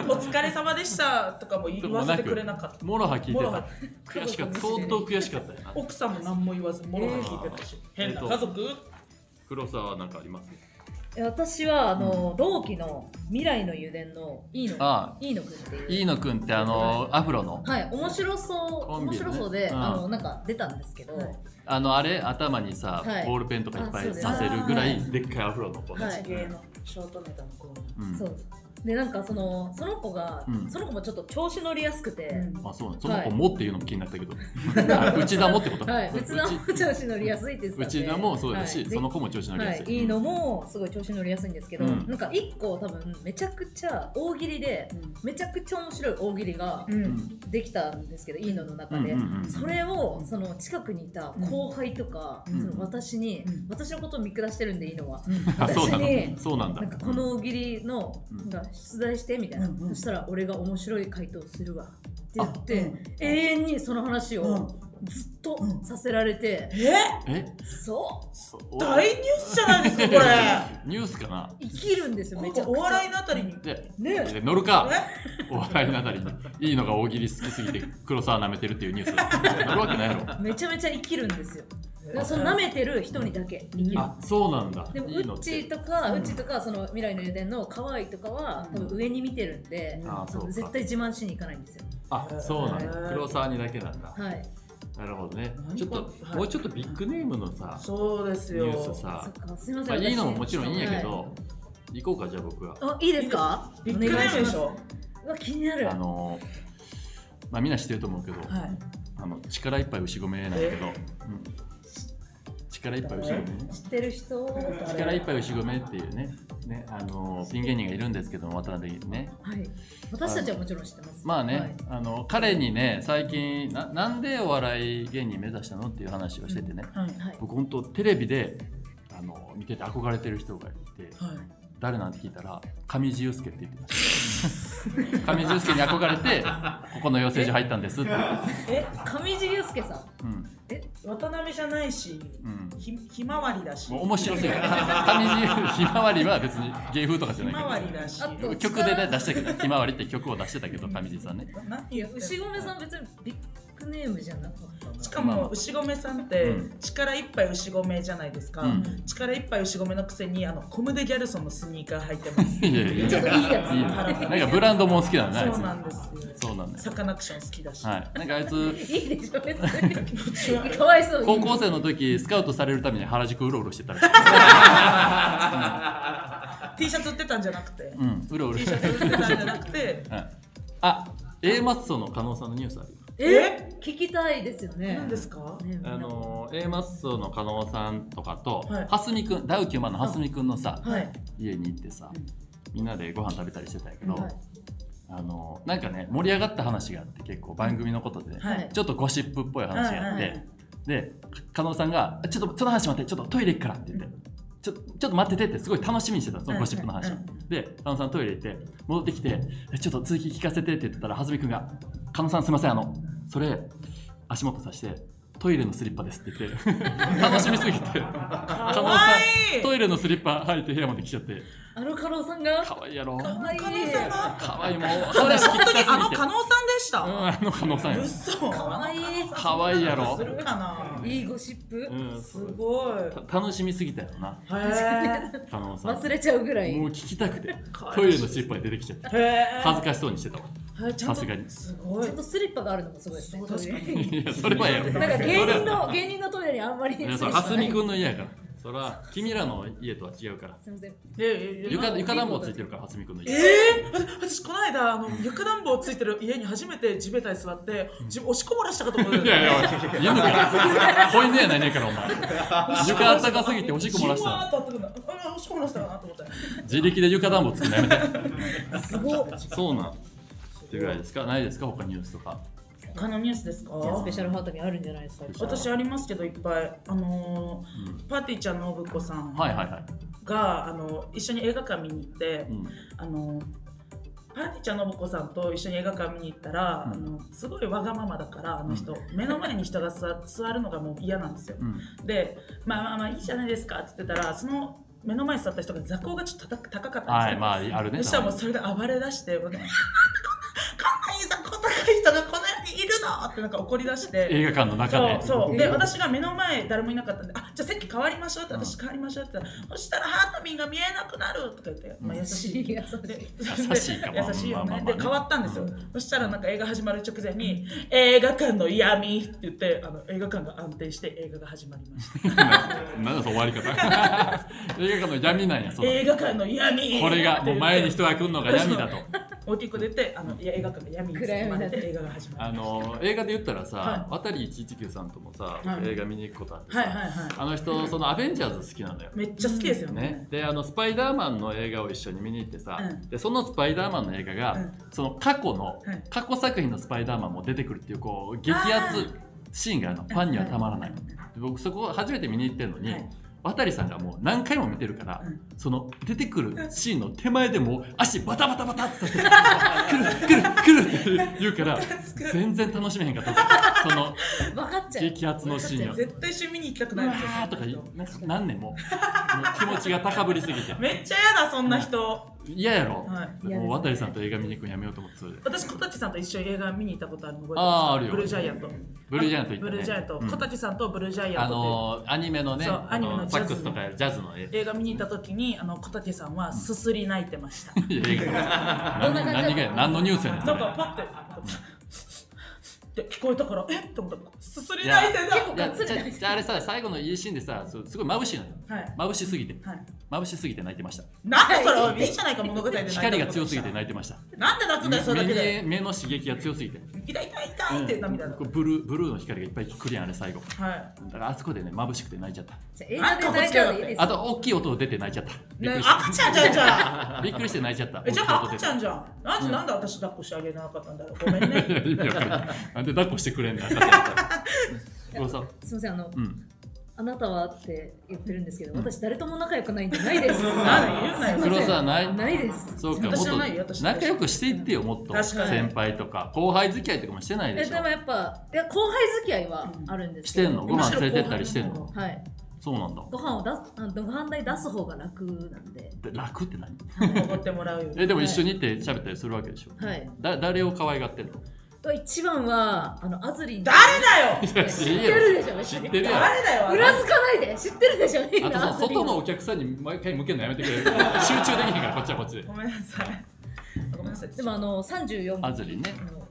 Speaker 2: お疲れ様でしたとかも言わせてくれなかっ
Speaker 1: モロハ聞い
Speaker 2: モロハ
Speaker 1: てた悔しかった相当悔しかったよな
Speaker 2: た。奥さんも何も言わず、もろは聞いてたし、
Speaker 1: えー
Speaker 2: 変な家族
Speaker 1: 黒沢はなんかあります
Speaker 3: え私はあの同期の未来の油田のいいの
Speaker 1: あ
Speaker 3: いいのくんっていう
Speaker 1: 飯野くんってあのアフロの
Speaker 3: はい面白そう
Speaker 1: コン
Speaker 3: 面
Speaker 1: ビのね
Speaker 3: 白そうで、
Speaker 1: うん
Speaker 3: あのなんか出たんですけど、
Speaker 2: はい
Speaker 1: あのあれ頭にさ
Speaker 3: はい
Speaker 1: ボールペンとかいっぱ
Speaker 3: あそう
Speaker 1: い
Speaker 3: です
Speaker 1: させるぐら
Speaker 3: あ
Speaker 1: い
Speaker 3: ー
Speaker 1: でっかいアフロの子た
Speaker 3: は
Speaker 1: ち
Speaker 3: い
Speaker 2: 芸のショートネタのコーナ
Speaker 1: うん
Speaker 3: そうでなんかそのその子が、
Speaker 1: うん
Speaker 3: その子もちょっと調子乗りやすくて、
Speaker 2: ーうん。
Speaker 1: あそうなんその子もっていうのも気になったけどあ内田もってこと
Speaker 3: はい、別の
Speaker 1: うち
Speaker 3: 調子乗りやすいです
Speaker 1: 内田もそうだしその子も調子乗りや
Speaker 3: は
Speaker 1: す
Speaker 3: い、
Speaker 1: い
Speaker 3: いいのもすごい調子乗りやすいんですけど、
Speaker 1: うん
Speaker 3: なんか一個多分めちゃくちゃ大喜利でめちゃくちゃ面白い大喜利が
Speaker 2: うん。う。
Speaker 1: うんん
Speaker 3: できたんですけど、いいのの中で、
Speaker 1: うんうんうん
Speaker 3: それをその近くにいた後輩とか、
Speaker 2: うん
Speaker 3: その私に、
Speaker 2: うん
Speaker 3: 私のことを見下してるんでいいのは
Speaker 1: あそうな
Speaker 3: 私に
Speaker 1: んだそうなんだ
Speaker 3: なんかこの大喜利の、
Speaker 1: うん
Speaker 3: なんか出題してみたいな、
Speaker 2: うんうん
Speaker 3: そしたら俺が面白い回答するわって言って、
Speaker 2: あうん
Speaker 3: 永遠にその話
Speaker 2: う
Speaker 3: をずっと
Speaker 2: うん
Speaker 3: させられて、
Speaker 2: え
Speaker 1: え
Speaker 3: そ
Speaker 1: そう
Speaker 2: 大ニュースじゃないですか、これ。
Speaker 1: ニュースかな
Speaker 3: う生きるんですよ めちゃくちゃ
Speaker 2: お笑いのあたりに。
Speaker 1: で
Speaker 3: ね
Speaker 1: で乗るか
Speaker 2: え
Speaker 1: お笑いのあたりにいいのが大喜利好きすぎて黒沢舐めてるっていうニュースなるわけないやろ
Speaker 3: めちゃめちゃ生きるんですよだからその
Speaker 2: な
Speaker 3: 舐めてる人にだけ生きる
Speaker 1: あそうなんだ
Speaker 3: でも
Speaker 1: いいの
Speaker 3: ウッ
Speaker 1: っ
Speaker 3: チ
Speaker 1: て
Speaker 3: ーとか
Speaker 2: うん
Speaker 3: ウッチーとかその未来の油田の河合とかは
Speaker 2: う
Speaker 3: 多
Speaker 2: ん
Speaker 3: 分上に見てるんで
Speaker 1: あそうか
Speaker 3: 絶対自慢しに行かないんですよ
Speaker 1: あそうなん
Speaker 2: へ
Speaker 1: だ
Speaker 2: ー
Speaker 1: 黒沢にだけなんだ
Speaker 3: はい
Speaker 1: なるほどね
Speaker 2: 何
Speaker 1: ちょっと
Speaker 2: はい
Speaker 1: もうちょっとビッグネームのさ
Speaker 2: そうです
Speaker 1: ニ
Speaker 2: よ。
Speaker 1: ュース
Speaker 3: そ
Speaker 1: さ
Speaker 3: っかすいま
Speaker 1: ま
Speaker 3: せ
Speaker 1: あ
Speaker 3: ん
Speaker 1: いいのも
Speaker 3: 私
Speaker 1: もちろんいいんやけど行こうかじゃあ僕は
Speaker 3: あいいですか
Speaker 2: ビッグネームでしょ。
Speaker 3: うわ気になる
Speaker 1: あのまあみんな知ってると思うけど
Speaker 2: はい。
Speaker 1: あの力いっぱい牛込めなんだけどうん力いっぱい牛込めね
Speaker 3: 知ってる人
Speaker 2: 誰
Speaker 1: 力いっぱい牛込めっていうねねあのピン芸人がいるんですけども渡辺ね
Speaker 3: はい私たちはもちろん知ってます
Speaker 1: まあね、
Speaker 3: はい
Speaker 1: あの彼にね最近ななんでお笑い芸人目指したのっていう話をしててね、
Speaker 2: はい。
Speaker 3: はい
Speaker 1: 僕本当テレビであの見てて憧れてる人がいて
Speaker 2: はい。
Speaker 1: 誰なんて聞いたら上地雄介って言ってました 上地雄介に憧れてここの養成所入ったんですって、
Speaker 2: え、
Speaker 3: 上地雄介さん
Speaker 1: うん
Speaker 2: 渡辺じゃないし、
Speaker 1: うん、
Speaker 2: ひひまわりだし。
Speaker 1: もう面白すぎる上地ひまわりは別に芸風とかじ
Speaker 2: ひ
Speaker 1: ゃ
Speaker 2: ま
Speaker 1: な
Speaker 2: わ
Speaker 1: い
Speaker 2: りだし。
Speaker 3: あ
Speaker 1: けど
Speaker 3: と
Speaker 1: 曲でね出したけど「ひまわり」って曲を出してたけど上地さんね
Speaker 2: 何
Speaker 3: い
Speaker 2: 言
Speaker 3: や
Speaker 2: ってんの
Speaker 3: 牛込さん別にビッグネームじゃなかったな
Speaker 2: しかも牛込さんって
Speaker 1: うん
Speaker 2: 力いっぱい牛込じゃないですか、
Speaker 1: うん
Speaker 2: 力いっぱい牛込のくせにあのコムデギャルソンのスニーカー履いてます
Speaker 1: いやいや
Speaker 3: ちょっといいやつ
Speaker 1: ねなんかブランドもん好きだねあいつ
Speaker 2: そうなんですよ
Speaker 1: そうなんです
Speaker 2: サカナクション好きだし、
Speaker 1: はい、なんかあいつ
Speaker 3: いいでしょ別にかわいそうに
Speaker 1: 高校生の時スカウトされるために原宿うろうろしてたらしい、
Speaker 2: T シャツ売ってたんじゃなくて、
Speaker 1: うん、うろうろ
Speaker 2: T
Speaker 1: し
Speaker 2: シ
Speaker 1: て
Speaker 2: ャツ売ってたんじゃなくて
Speaker 1: た、うん、あ A マッソの加納さんのニュースあるよ
Speaker 3: え聞きたいですよね。
Speaker 2: 何ですか
Speaker 3: ね
Speaker 1: あのー A マッソの加納さんとかと、
Speaker 2: はい
Speaker 1: はすみくんダウ9万のはすみくんのさ
Speaker 2: はい
Speaker 1: 家に行ってさ
Speaker 2: うん
Speaker 1: みんなでご飯食べたりしてたんやけど、
Speaker 3: はい
Speaker 1: あのーなんかね盛り上がった話があって結構番組のことで、
Speaker 2: はい
Speaker 1: ちょっとゴシップっぽい話があって、
Speaker 2: はいはい
Speaker 1: で加納さんが「ちょっとその話待ってちょっとトイレ行くから」って言って。ちょちょっと待っててってすごい楽しみにしてたのそのゴシップの話を、
Speaker 2: うんうん
Speaker 1: で加納さんトイレ行って戻ってきて「えちょっと続き聞かせて」って言ってたらはずみくんが「加納さんすいませんあのそれ足元さしてトイレのスリッパです」って言って 楽しみすぎて加
Speaker 2: か
Speaker 1: 納
Speaker 2: わ
Speaker 1: さ
Speaker 2: い
Speaker 1: ん
Speaker 2: い
Speaker 1: トイレのスリッパ履いて部屋まで来ちゃって
Speaker 3: あの加納さんが。
Speaker 1: かわいいやろ
Speaker 3: かわいい。
Speaker 2: 加納さんが
Speaker 1: かわいいもう
Speaker 2: 本
Speaker 1: 話聞きた
Speaker 2: 当
Speaker 1: すぎ
Speaker 2: に
Speaker 1: て
Speaker 2: あの加納さんでし
Speaker 1: うん
Speaker 2: た。
Speaker 1: あの加納さんや
Speaker 2: 嘘。
Speaker 3: かわいい。
Speaker 1: かわいいやろ
Speaker 2: するかな。
Speaker 3: いいゴシップ。
Speaker 1: うん
Speaker 2: すごい。
Speaker 1: た楽しみすぎたよな
Speaker 2: へえ。
Speaker 1: 加納さん
Speaker 3: 忘れちゃうぐらい。
Speaker 1: もう聞きたくてトイレのスリッパに出てきちゃって
Speaker 2: へえ。
Speaker 1: 恥ずかしそうにしてた わ
Speaker 2: はいちゃんと
Speaker 1: さすがに
Speaker 2: すご
Speaker 3: ち
Speaker 2: い
Speaker 3: ゃん。とスリッパがあるのもすごいですね。
Speaker 2: そう確かに
Speaker 1: いやそれはやろ
Speaker 3: なんか芸人の芸人のトイレにあんまり。
Speaker 1: いやそれ蓮見君の家やからそれは君らの家とは違うから
Speaker 3: すみません。
Speaker 2: えええ
Speaker 1: 床床暖房ついてるから蓮見君の
Speaker 2: え
Speaker 1: 家
Speaker 2: えー、私この間あの床暖房ついてる家に初めて地べたに座って自分おしこ漏らしたかと思った
Speaker 1: いやいやおい犬から子犬やないねえからお前床あったかすぎておしっこ漏らし
Speaker 2: じわー
Speaker 1: た
Speaker 2: っとあったかくなあおしっこ漏らしたかなと思った
Speaker 1: 自力で床暖房つくのやめて
Speaker 3: すごい。
Speaker 1: そうなんってぐらいですかないですか他ニュースとか
Speaker 2: 他のニュースですか
Speaker 3: じゃあスペシャルハートにあるんじゃないですか
Speaker 2: 私ありますけどいっぱいあの
Speaker 1: う
Speaker 2: ーパーティーちゃんの信子さん
Speaker 1: ん
Speaker 2: が、
Speaker 1: はいはいはい。
Speaker 2: あの一緒に映画館見に行って、
Speaker 1: うん
Speaker 2: あのパーティーちゃん信子さんと一緒に映画館見に行ったら、
Speaker 1: うん
Speaker 2: あのすごいわがままだからあの人、目の前に人が座 座るのがもう嫌なんですよ
Speaker 1: うん
Speaker 2: でまあまあまあいいじゃないですかって言ってたらその目の前に座った人が座高がちょっと高高かったん
Speaker 1: は
Speaker 2: です
Speaker 1: い、
Speaker 2: よ、
Speaker 1: まあ、あるね。
Speaker 2: そしたらもうそれで暴れ出して、 もうね、なんでこんな、こんなに座高い人がこの世にいるのってなんか怒り出して。
Speaker 1: 映画館の中
Speaker 2: そ
Speaker 1: で。
Speaker 2: うそうで
Speaker 3: うん
Speaker 2: 私が目の前誰もいなかったんで「あじゃあ席変わりましょう」って「
Speaker 1: うん
Speaker 2: 私変わりましょう」って言ったらそしたらハートミンが見えなくなる」とか言って、まあ、優しい
Speaker 3: いや
Speaker 2: で
Speaker 1: 優しいかも
Speaker 2: 優しいよ
Speaker 1: まあまあ
Speaker 2: ね
Speaker 1: まあ
Speaker 2: で変わったんですよ、
Speaker 1: う
Speaker 2: そしたらなんか映画始まる直前に「映画館の闇」って言ってあの映画館が安定して映画が始まりまし
Speaker 1: な
Speaker 2: た
Speaker 1: んだその終わり方 映画館の闇なんやその
Speaker 2: 映画館の 闇
Speaker 1: これがもう前に人が来るのが闇だ と
Speaker 2: 大きい声で言ってあのいや映画館の闇に包まれて映画が始ま
Speaker 1: あ
Speaker 2: る
Speaker 1: の映画で言ったらさ、
Speaker 2: は
Speaker 1: 渡119さんともさ、
Speaker 2: はい
Speaker 1: 映画見に行くことあってさ、
Speaker 2: はいはいは
Speaker 1: あの人そのアベンジャーズ好きなのよ
Speaker 2: いめっちゃ好きですよね
Speaker 1: ね、であのスパイダーマンの映画を一緒に見に行ってさ、
Speaker 2: うん
Speaker 1: でそのスパイダーマンの映画が、
Speaker 2: うん
Speaker 1: その過去の、
Speaker 2: はい
Speaker 1: 過去作品のスパイダーマンも出てくるっていうこう激アツシーンがあるのファンにはたまら ない、で僕そこ初めて見に行ってるのに、
Speaker 2: はい
Speaker 1: 渡さんがもう何回も見てるから、
Speaker 2: うん
Speaker 1: その出てくるシーンの手前でもう足バタバタバタってさせて来る来る来るって言うから
Speaker 2: つく
Speaker 1: 全然楽しめへんかったですその
Speaker 3: 分かっちゃう
Speaker 1: 激アツのシーンを
Speaker 2: 絶対趣味に行きたく
Speaker 1: う
Speaker 2: な
Speaker 1: わ
Speaker 2: いですよ
Speaker 1: ーとか
Speaker 2: そん
Speaker 1: 言うな
Speaker 2: な人
Speaker 1: んか何年ももう気持ちが高ぶりすぎて
Speaker 2: めっちゃ嫌だそんな人
Speaker 1: 嫌やろ、
Speaker 2: は
Speaker 1: もう渡さんと映画見に行くのやめようと思ってそれで
Speaker 2: 私小竹さんと一緒に映画見に行ったことあるの覚えて
Speaker 1: あーあ
Speaker 2: ま
Speaker 1: る
Speaker 2: す
Speaker 1: よ
Speaker 2: ブルージャイアント
Speaker 1: ブルージャイアント行ったね
Speaker 2: ブルージャイアント
Speaker 1: うん
Speaker 2: 小竹さんとブルージャイア
Speaker 1: あ
Speaker 2: ント
Speaker 1: のーアニメのね
Speaker 2: そうアニメの
Speaker 1: あ
Speaker 2: ジ
Speaker 1: サッ
Speaker 2: ャズの
Speaker 1: クスとかやるジャズの絵
Speaker 2: で映画見に行った時にあの小竹さんはすすり泣いてました
Speaker 1: いや映画
Speaker 3: ん
Speaker 1: 何
Speaker 3: な感じだった
Speaker 1: 何がや何のニュースやねんそ
Speaker 2: な
Speaker 1: れ
Speaker 2: んかパッてって聞こえたからえっと思ったすすり泣いて
Speaker 3: 結構
Speaker 1: いや
Speaker 3: ガッ
Speaker 1: じ
Speaker 3: ツリ
Speaker 1: ゃあじゃああれさ最後のいいシーンでさそうすごい眩しいのよ
Speaker 2: たはい
Speaker 1: 眩しすぎて
Speaker 2: はい
Speaker 1: 眩しすぎて泣いてました
Speaker 2: なんでそれいいじゃないか物語で泣い た
Speaker 1: 光が強すぎて泣いてました
Speaker 2: なんで泣くんだよそれ
Speaker 1: 目
Speaker 2: だけで
Speaker 1: に目の刺激が強すぎて
Speaker 2: 痛い痛い痛いって涙だ
Speaker 1: こうブルーブルーの光がいっぱい来るやんあれ最後
Speaker 2: はい
Speaker 1: だからあそこでね眩しくて泣いちゃった
Speaker 3: じゃあ映画で泣いたらいいです
Speaker 1: あ
Speaker 3: よ
Speaker 1: と大きい音出て泣いちゃったびっく
Speaker 2: ね
Speaker 1: りし
Speaker 2: 赤ちゃんじゃんじゃん
Speaker 1: たびっくりして泣いちゃった
Speaker 2: えじゃあ赤ちゃ
Speaker 1: ん
Speaker 2: んじゃんなんでなんで私抱っこしてあげなかったんだろうごめんね
Speaker 1: なんで抱っこしてく れんだ赤ちゃんごめんなさい
Speaker 3: すみませんあの
Speaker 1: うん
Speaker 3: あなたはって言ってるんですけど私誰とも仲良くないんでないです
Speaker 2: なんで言うなよ
Speaker 3: すいません
Speaker 1: 黒沢ない
Speaker 3: ないです
Speaker 1: そうかもっ
Speaker 2: 私
Speaker 1: と
Speaker 2: はないよ私は
Speaker 1: 仲良くしていってよもっと
Speaker 2: 確かに
Speaker 1: 先輩とか後輩付き合いとかもしてないで
Speaker 3: え
Speaker 1: し
Speaker 3: でも
Speaker 1: ょ
Speaker 3: やっぱいや後輩付き合いはあるんです
Speaker 1: し
Speaker 3: け
Speaker 1: て
Speaker 3: ど
Speaker 1: んのご飯連れてったりしてんの
Speaker 3: はい
Speaker 1: そうなんだ
Speaker 3: ご飯を出すあご飯代出す方が楽なんで
Speaker 1: で楽って何
Speaker 2: おごってもらうよ
Speaker 1: えでも一緒に行って喋ったりするわけでしょ
Speaker 3: はい
Speaker 1: だ誰を可愛がってんの
Speaker 3: 一番はあのアズリン
Speaker 2: 誰だよ
Speaker 3: 知ってるでしょ
Speaker 1: 知ってるやん
Speaker 2: 誰だよ
Speaker 3: 裏付かないで知ってるでしょみん
Speaker 1: あと
Speaker 3: な
Speaker 1: さ
Speaker 3: アズリン
Speaker 1: 外のお客さんに毎回向けるのやめてくれる集中できへんからこっちはこっちで
Speaker 2: ごめんなさいごめんなさい
Speaker 3: でもあの34
Speaker 1: あずりね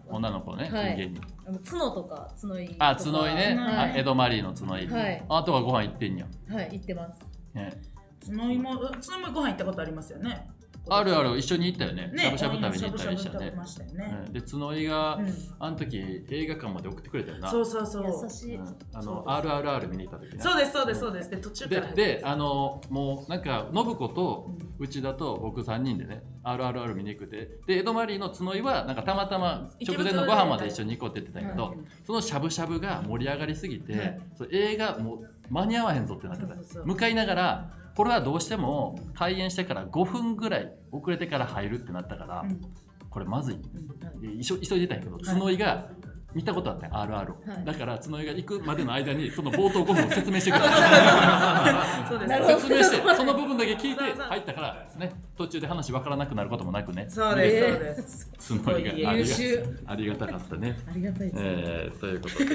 Speaker 3: の
Speaker 1: 女の子ね、
Speaker 3: はい
Speaker 1: 芸人
Speaker 3: あの角とか角井とか
Speaker 1: あ角井ね、
Speaker 3: は
Speaker 1: あエ
Speaker 3: い、
Speaker 1: ドマリーの角井、
Speaker 3: はい
Speaker 1: あとはご飯行ってんや、
Speaker 3: はい、行ってます
Speaker 1: ね、
Speaker 2: つのいもつのいもご飯行ったことありますよね
Speaker 1: あるある一緒に行ったよねしゃぶしゃぶ食べに行ったり
Speaker 2: し
Speaker 1: し
Speaker 2: ゃぶしゃぶ
Speaker 1: た
Speaker 2: 食
Speaker 1: ね
Speaker 2: べましたよね
Speaker 1: うんで角井が、
Speaker 2: うん
Speaker 1: あの時映画館まで送ってくれたよな
Speaker 2: そうそうそう
Speaker 3: 優しい、
Speaker 1: うんあ
Speaker 2: そう
Speaker 1: の
Speaker 2: です
Speaker 1: RRR 見に行った時な
Speaker 2: そうですそうですそうですで途中か
Speaker 1: で
Speaker 2: ら
Speaker 1: であのもうなんか信子と
Speaker 2: うん
Speaker 1: 内田と僕3人でね RRR 見に行くてで江戸マリーの角井はなんかたまたま直前のご飯まで一緒に行こうって言ってたんやけど、
Speaker 3: はい
Speaker 1: そのしゃぶしゃぶが盛り上がりすぎて、
Speaker 2: はい
Speaker 1: その映画もう間に合わへんぞってなってた
Speaker 2: そうそうそう
Speaker 1: 向かいながらこれはどうしても開演してから5分ぐらい遅れてから入るってなったから、
Speaker 2: うん
Speaker 1: これまずい
Speaker 2: うん
Speaker 1: で急急いでたんやけど角井が見たことあったんや RR を、
Speaker 3: はい
Speaker 1: だから角井が行くまでの間にその冒頭5分を説明してくれ た
Speaker 2: そうです
Speaker 3: なるほど
Speaker 1: 説明 してその部分だけ聞いて
Speaker 2: そうそう
Speaker 1: 入ったからね途中で話分からなくなることもなくね
Speaker 2: そう
Speaker 3: え
Speaker 2: です
Speaker 3: ー
Speaker 2: そう
Speaker 1: 角
Speaker 2: です
Speaker 1: 井があり
Speaker 3: 優
Speaker 1: が
Speaker 3: 秀
Speaker 1: ありがたかったね
Speaker 3: ありがたいです、
Speaker 1: えーということで、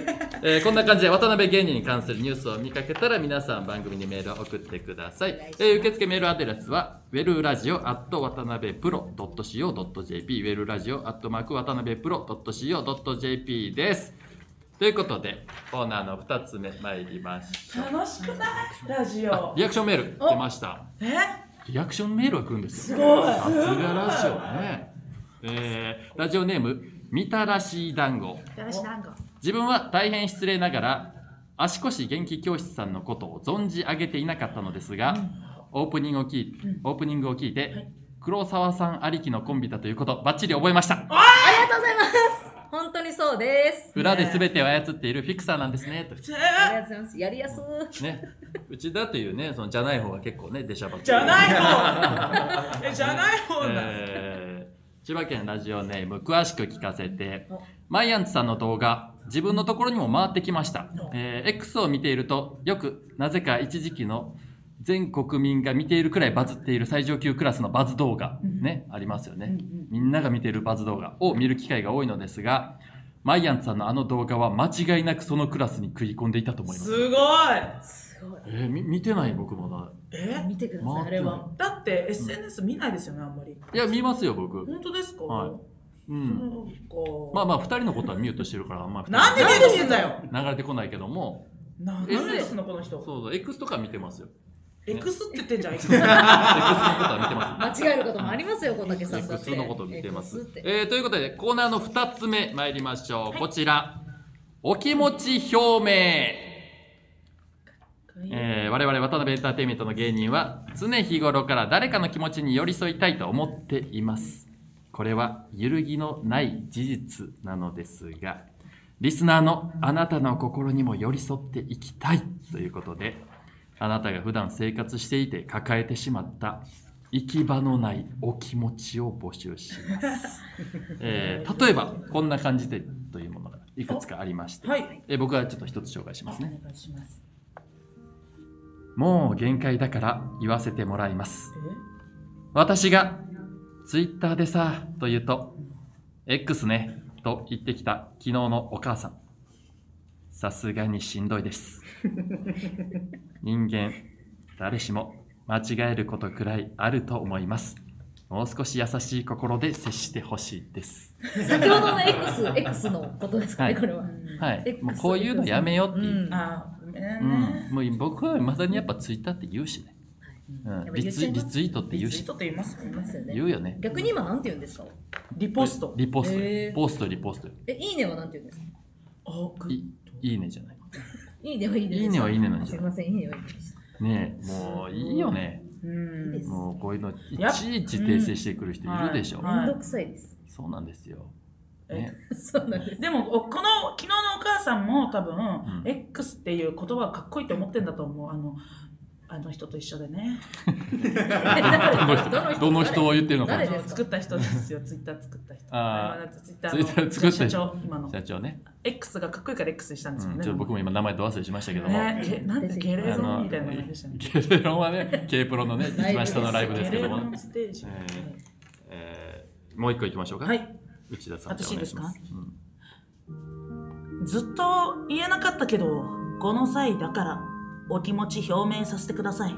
Speaker 1: えーこんな感じで渡辺芸人に関するニュースを見かけたら皆さん番組にメールを送ってください
Speaker 3: お願いします
Speaker 1: えー受付メールアドレスはウェルラジオアット渡辺プロ .co.jp ウェルラジオアットマーク渡辺プロ .co.jp ですということでコーナーの2つ目参りまし
Speaker 2: 楽しくないラジ
Speaker 1: た
Speaker 2: オ
Speaker 1: リアクションメール
Speaker 3: お
Speaker 1: 出ました
Speaker 2: え
Speaker 1: リアクションメールが来るんですよ
Speaker 2: すごい
Speaker 1: さすがラジオね、えーラジオネームみたらし団子
Speaker 2: だらし団子
Speaker 1: 自分は大変失礼ながら足腰元気教室さんのことを存じ上げていなかったのですが、オープニングを聞いオープニングを聞いて、
Speaker 2: はい
Speaker 1: 黒沢さんありきのコンビだということばっちり覚えました
Speaker 3: ありがとうございます本当にそうです。
Speaker 1: 裏で全てを操っているフィクサーなんですねと
Speaker 3: ありがとうございます。やりやすー。
Speaker 1: ね、うちだというね、そのじゃない方が結構ね、出しゃばってる
Speaker 2: じゃない方えじゃない方だ、
Speaker 1: えー千葉県ラジオネーム、詳しく聞かせて、マイアンツさんの動画、自分のところにも回ってきました。えー X を見ていると、よく、なぜか一時期の全国民が見ているくらいバズっている最上級クラスのバズ動画、ね、ありますよね。みんなが見ているバズ動画を見る機会が多いのですが、マイアンツさんのあの動画は間違いなくそのクラスに食い込んでいたと思います。
Speaker 2: すごい
Speaker 3: すごい。
Speaker 1: えーみ見てない僕まだ。
Speaker 2: え
Speaker 3: 見てくださ
Speaker 1: 回っ
Speaker 3: い。あ
Speaker 1: て
Speaker 3: れ
Speaker 1: ない
Speaker 3: は。
Speaker 2: だって SNS 見ないですよねあんまり
Speaker 1: いや、見ますよ、僕。
Speaker 2: 本当ですか、
Speaker 1: はいうん
Speaker 2: そうか
Speaker 1: まあまあ、二人のことはミュートしてるから、あんまり。
Speaker 2: なんで出てるんだよ
Speaker 1: 流れてこないけども、
Speaker 2: なんでですのこの人
Speaker 1: そうそう、X とか見てます よ。
Speaker 2: X って言ってんじゃん X
Speaker 1: X のことは見てます。
Speaker 3: 間違えることもありますよ、小竹さんだって。
Speaker 1: X のこと見てます。
Speaker 3: X って
Speaker 1: えーということで、コーナーの二つ目参りましょう。こちら。お気持ち表明。えー我々渡辺エンターテインメントの芸人は常日頃から誰かの気持ちに寄り添いたいと思っていますこれは揺るぎのない事実なのですがリスナーのあなたの心にも寄り添っていきたいということであなたが普段生活していて抱えてしまった行き場のないお気持ちを募集します、えー例えばこんな感じでというものがいくつかありまして、
Speaker 2: はい
Speaker 1: えー僕はちょっと一つ紹介しますね
Speaker 2: お願いします
Speaker 1: もう限界だから言わせてもらいます。私が、ツイッターでさ、と言うと、X ね、と言ってきた昨日のお母さん。さすがにしんどいです。人間、誰しも間違えることくらいあると思います。もう少し優しい心で接してほしいです。
Speaker 3: 先ほどの X、X のことですかね、
Speaker 1: はい
Speaker 3: これは。
Speaker 1: はい。
Speaker 3: X
Speaker 1: もうこういうのやめようっていう。
Speaker 2: えあごめんね、
Speaker 1: うん。もう僕はまだにやっぱツイッターって言うしね。うん。リツイリツイートって
Speaker 2: リ
Speaker 1: 言う
Speaker 2: ツイー
Speaker 1: し。
Speaker 2: トって言いますよ
Speaker 3: いま
Speaker 2: ね
Speaker 3: すよね
Speaker 1: 言うよね。
Speaker 3: 逆に今なんて言うんですか
Speaker 2: リポスト
Speaker 1: リポストよ、
Speaker 3: へー
Speaker 1: ポストリポストよ
Speaker 3: え、いいねはなんて言うんですか
Speaker 2: あグ
Speaker 1: いいいねじゃない
Speaker 3: いいねはいいね。
Speaker 1: いいねはいいねなんです
Speaker 3: す
Speaker 1: よ
Speaker 3: いません、いいねはいいねです。
Speaker 1: ねえもういいよね
Speaker 2: うん
Speaker 3: です
Speaker 1: もうこういうのい
Speaker 2: やっ
Speaker 1: ちいち訂正してくる人いるでしょ、
Speaker 2: うん
Speaker 3: め
Speaker 2: はい
Speaker 3: んどくさいです。
Speaker 1: そうなんですよ、
Speaker 2: え
Speaker 1: ね、
Speaker 3: そうなんです。
Speaker 2: でもおこの昨日のお母さんも多分、
Speaker 1: ん
Speaker 2: X っていう言葉がかっこいいと思ってんだと思うあのあの人と一緒でね
Speaker 1: どの人どの人を言ってるのか
Speaker 2: あ
Speaker 1: な
Speaker 3: 誰で
Speaker 2: の
Speaker 3: す
Speaker 2: 作
Speaker 3: か
Speaker 2: った人ですよツイッター作った人
Speaker 1: あー
Speaker 2: れはだってツイッタ
Speaker 1: ツイッター作った人
Speaker 2: 社長今の
Speaker 1: 社長ね、
Speaker 2: X がかっこいいから X にしたん
Speaker 1: う
Speaker 2: ですよね、
Speaker 1: ん、ちょっと僕も今名前ど忘れしましたけども、
Speaker 2: ねえなんでゲレ
Speaker 1: あ
Speaker 2: ーゾン
Speaker 1: の
Speaker 2: みたいな名前でしたね
Speaker 1: ゲレロンはね K プロのね一番下のライブですけど
Speaker 2: ゲレー
Speaker 1: も
Speaker 2: ゾ、ンステージ、
Speaker 1: ええーもう一個いきましょうか、
Speaker 2: はい
Speaker 1: 内田さんじゃあお願いします
Speaker 2: 私いいずっと言えなかったけどこの際だからお気持ち表明させてください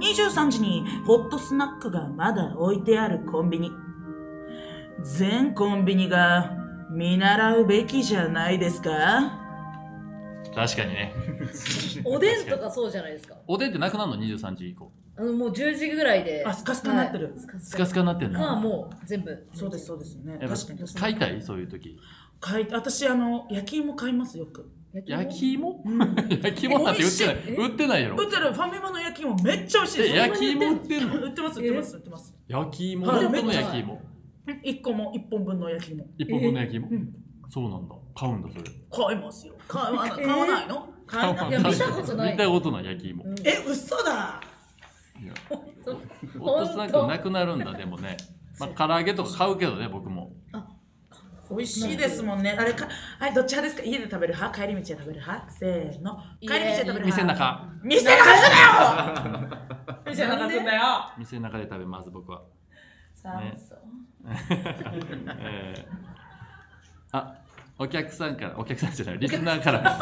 Speaker 2: 23時にホットスナックがまだ置いてあるコンビニ全コンビニが見習うべきじゃないですか
Speaker 1: うん確かにね
Speaker 3: おでんとかそうじゃないですか。
Speaker 1: おでんってなくなるの23時以降
Speaker 3: あのもう10時ぐらいで。
Speaker 2: あスカスカになってる
Speaker 3: はいスカス
Speaker 1: ス
Speaker 3: カ
Speaker 1: カスカになってんの
Speaker 3: かもう全部。
Speaker 2: そうですそうですよね
Speaker 1: やっぱ
Speaker 2: 確かに
Speaker 1: 買いたいそういう時
Speaker 2: 買い私あの焼き芋買いますよく
Speaker 1: 焼き芋
Speaker 2: うん 売っ
Speaker 1: 焼き芋なんて売ってない
Speaker 3: え
Speaker 1: 売ってないやろ
Speaker 2: てるファミマの焼き芋めっちゃ美味しいです
Speaker 1: え焼き芋売ってんの
Speaker 2: 売ってます売ってます売ってます
Speaker 1: 焼き芋
Speaker 2: はい
Speaker 1: 本当の焼き芋
Speaker 2: 1個も1本分の焼き芋
Speaker 1: 一本分の焼き芋
Speaker 2: うん
Speaker 1: そうなんだ買うんだそれ
Speaker 2: 買いますよ買わな
Speaker 3: えー
Speaker 2: 買わないの、買わない
Speaker 3: いや見たことない
Speaker 1: 見たことない焼き芋
Speaker 3: うん
Speaker 2: え嘘だ
Speaker 1: いや
Speaker 3: そう
Speaker 1: ホットスナックなくなるんだでもねまあ唐揚げとか買うけどね僕も
Speaker 2: 美味しいですもんねあれかはいどっち派ですか家で食べる派帰り道で食べる派せーの帰り道で食べる派
Speaker 1: 店の中
Speaker 2: 店の中だよ店の中だよ
Speaker 1: 店の中で食べます僕は
Speaker 2: 寒そう
Speaker 1: えーあお客さんからお客さんじゃないリスナーから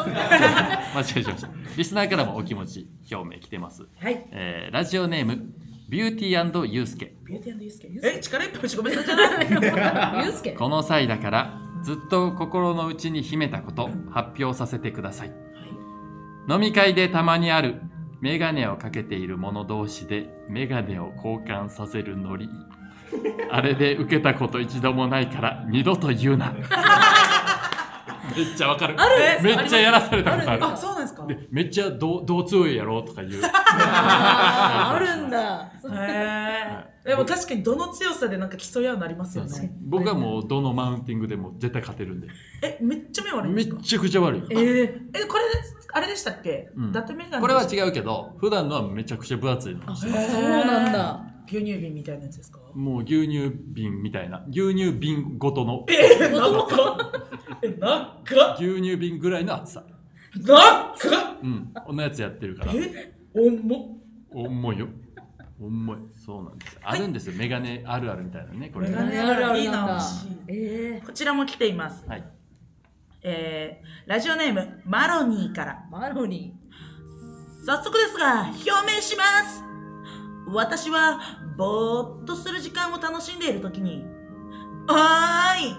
Speaker 1: 間違え ちゃいましたリスナーからもお気持ち表明来てます
Speaker 2: はい
Speaker 1: えーラジオネームビューティーユースケ
Speaker 2: ビューティーユースケえ力いっぱい打ち込めそうじゃない
Speaker 3: ゆうすけ。
Speaker 1: この際だからずっと心の内に秘めたこと発表させてください飲み会でたまにあるメガネをかけている者同士でメガネを交換させるノリ あれで受けたこと一度もないから二度と言うなめっちゃわかる。
Speaker 2: ある
Speaker 1: めっちゃやらされたことあ
Speaker 3: あ
Speaker 1: る
Speaker 3: る。
Speaker 2: あ、そうなんですか。へ
Speaker 1: でめっちゃどうどう強いやろとか言う。
Speaker 3: あーあるんだ。
Speaker 2: え。でも確かにどの強さでなんか競い合うのありますよね。
Speaker 1: 僕はもうどのマウンティングでも絶対勝てるんで。
Speaker 2: え、めっちゃ目悪いん
Speaker 1: め
Speaker 2: です
Speaker 1: っ
Speaker 2: か。
Speaker 1: ちゃくちゃ悪い。
Speaker 3: えー、
Speaker 2: え、これですあれでしたっけ
Speaker 1: うん？
Speaker 2: 伊達メガネ。
Speaker 1: これは違うけど、普段のはめちゃくちゃ分厚いの。
Speaker 3: あそうなんだ。
Speaker 2: 牛乳瓶みたいなや つですか？
Speaker 1: もう牛乳瓶みたいな。牛乳瓶ごとの。
Speaker 2: えー、なんか。 え、なんか。
Speaker 1: 牛乳瓶ぐらいの厚さ。
Speaker 2: なんか。
Speaker 1: うん。こんなやつやってるから。
Speaker 2: え、重っ。
Speaker 1: 重いよ。重い。そうなんですよ。あるんですよ。メガネあるあるみたいなね、これ
Speaker 2: メガ
Speaker 1: ね。
Speaker 2: ネ
Speaker 3: あるある
Speaker 2: いい
Speaker 3: なん
Speaker 2: な
Speaker 3: だ
Speaker 2: 欲しい。
Speaker 3: え
Speaker 2: こちらも来ています。
Speaker 1: はい。
Speaker 2: えー、ラジオネームマロニーから。
Speaker 3: ー、マロニ
Speaker 2: 早速ですが表明します私はぼーっとする時間を楽しんでいる時に「はーい!」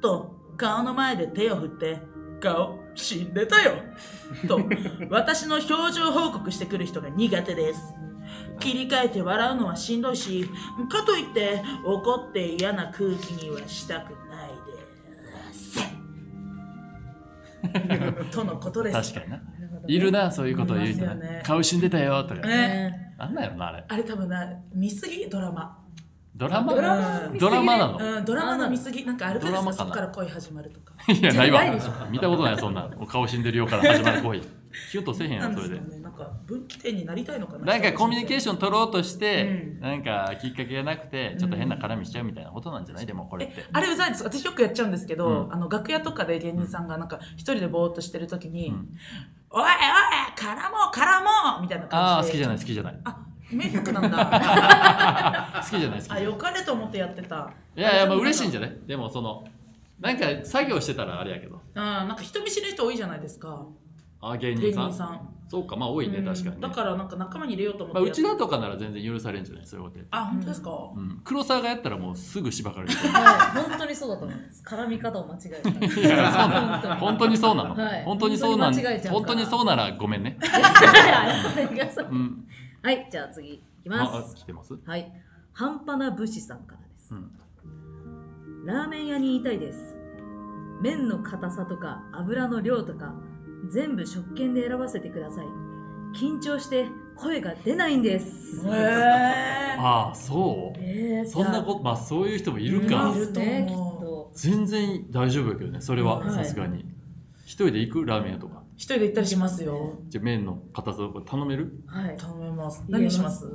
Speaker 2: と顔の前で手を振って「顔死んでたよ!」と私の表情報告してくる人が苦手です切り替えて笑うのはしんどいしかといって怒って嫌な空気にはしたくないです とのことです
Speaker 1: 確かにな。
Speaker 3: ー。なるほど
Speaker 1: いるな、そういうことを言う人
Speaker 2: いますよ
Speaker 1: な
Speaker 2: ね。
Speaker 1: 顔死んでたよ、とか。
Speaker 3: ね。
Speaker 1: なんだよな、あれ。
Speaker 2: あれ多分な見すぎドラマ
Speaker 1: ドラマ
Speaker 3: ドラマ
Speaker 1: ドラマなの
Speaker 2: うん、ドラマの見過ぎ、なんかあるじゃないです
Speaker 1: ドラマかな
Speaker 2: か、そこから恋始まるとか。
Speaker 1: いや、ないわ
Speaker 3: ないでし。
Speaker 1: 見たことない、そんな。お顔死んでるよから始まる行為。キュンとせえへんや
Speaker 2: なん
Speaker 1: ん、
Speaker 2: で
Speaker 1: そ
Speaker 2: す
Speaker 1: れ
Speaker 2: か
Speaker 1: で。
Speaker 2: ね、なんか分岐点になりたいのかな。
Speaker 1: なんかコミュニケーション取ろうとして
Speaker 2: う、ん
Speaker 1: なんかきっかけがなくて、ちょっと変な絡みしちゃうみたいなことなんじゃないでもこれって
Speaker 2: え。あれうざいです私よくやっちゃうんですけど、
Speaker 1: うん
Speaker 2: あの楽屋とかで芸人さんがなんか一人でぼーっとしてる時に「
Speaker 1: うん
Speaker 2: おいおい絡もう絡もう!」みたいな
Speaker 1: あ
Speaker 2: 感
Speaker 1: あ、好
Speaker 2: じ
Speaker 1: きじ
Speaker 2: で
Speaker 1: ゃない、好きじゃない。
Speaker 2: あ迷惑な んだ
Speaker 1: 好きじゃない、好きじゃ
Speaker 2: あ
Speaker 1: ない。
Speaker 2: よかれと思ってやってた
Speaker 1: いやいや、まあ嬉しいんじ
Speaker 2: じ
Speaker 1: ゃないでもその、なんか作業してたらあれやけど。
Speaker 2: ゃん、うん、なんか人見知りの人多いじゃないですか
Speaker 1: あー、芸人
Speaker 2: 芸人
Speaker 1: さん。
Speaker 2: さん
Speaker 1: そうか、まあ多いね、
Speaker 2: うん
Speaker 1: 確かにね。
Speaker 2: だからなんか仲間に入れようと思っ
Speaker 1: まあ、
Speaker 2: てや
Speaker 1: う
Speaker 2: っ
Speaker 1: ちらとかなら全然許されるんじゃないそういうことや。
Speaker 2: あ本当ですか、
Speaker 1: うん。黒沢がやったらもうすぐしばかれる。
Speaker 3: はい、本当にそうだと思います。絡み方を間違 えた。
Speaker 1: いやそうなの本 当にそうなの、
Speaker 3: はい
Speaker 1: 本当にそうなの
Speaker 3: 本当に間違えちゃうから
Speaker 1: 本当にそうならごめんね、
Speaker 3: は
Speaker 1: うん、
Speaker 3: い、じゃあ次いきま
Speaker 1: あ
Speaker 3: す。
Speaker 1: あ来てます、
Speaker 3: はい、半端な武士さんからです
Speaker 1: う。ん、
Speaker 3: ラーメン屋にいたいです。麺の硬さとか油の量とか全部食券で選ばせてください。緊張して声が出ないんです。
Speaker 2: へえ
Speaker 1: ああそう
Speaker 3: えー
Speaker 1: そんなことまあそういう人もいる
Speaker 3: い
Speaker 1: か、
Speaker 3: ますね、きっと。
Speaker 1: 全然大丈夫やけどねそれ
Speaker 2: は
Speaker 1: はいさすがに一人で行くラーメン屋とか
Speaker 2: 一人で行ったりしますよ。
Speaker 1: じゃあ麺の硬さとか頼める
Speaker 3: はい。
Speaker 2: 頼めます。
Speaker 3: 言
Speaker 2: 何
Speaker 3: えます
Speaker 2: します？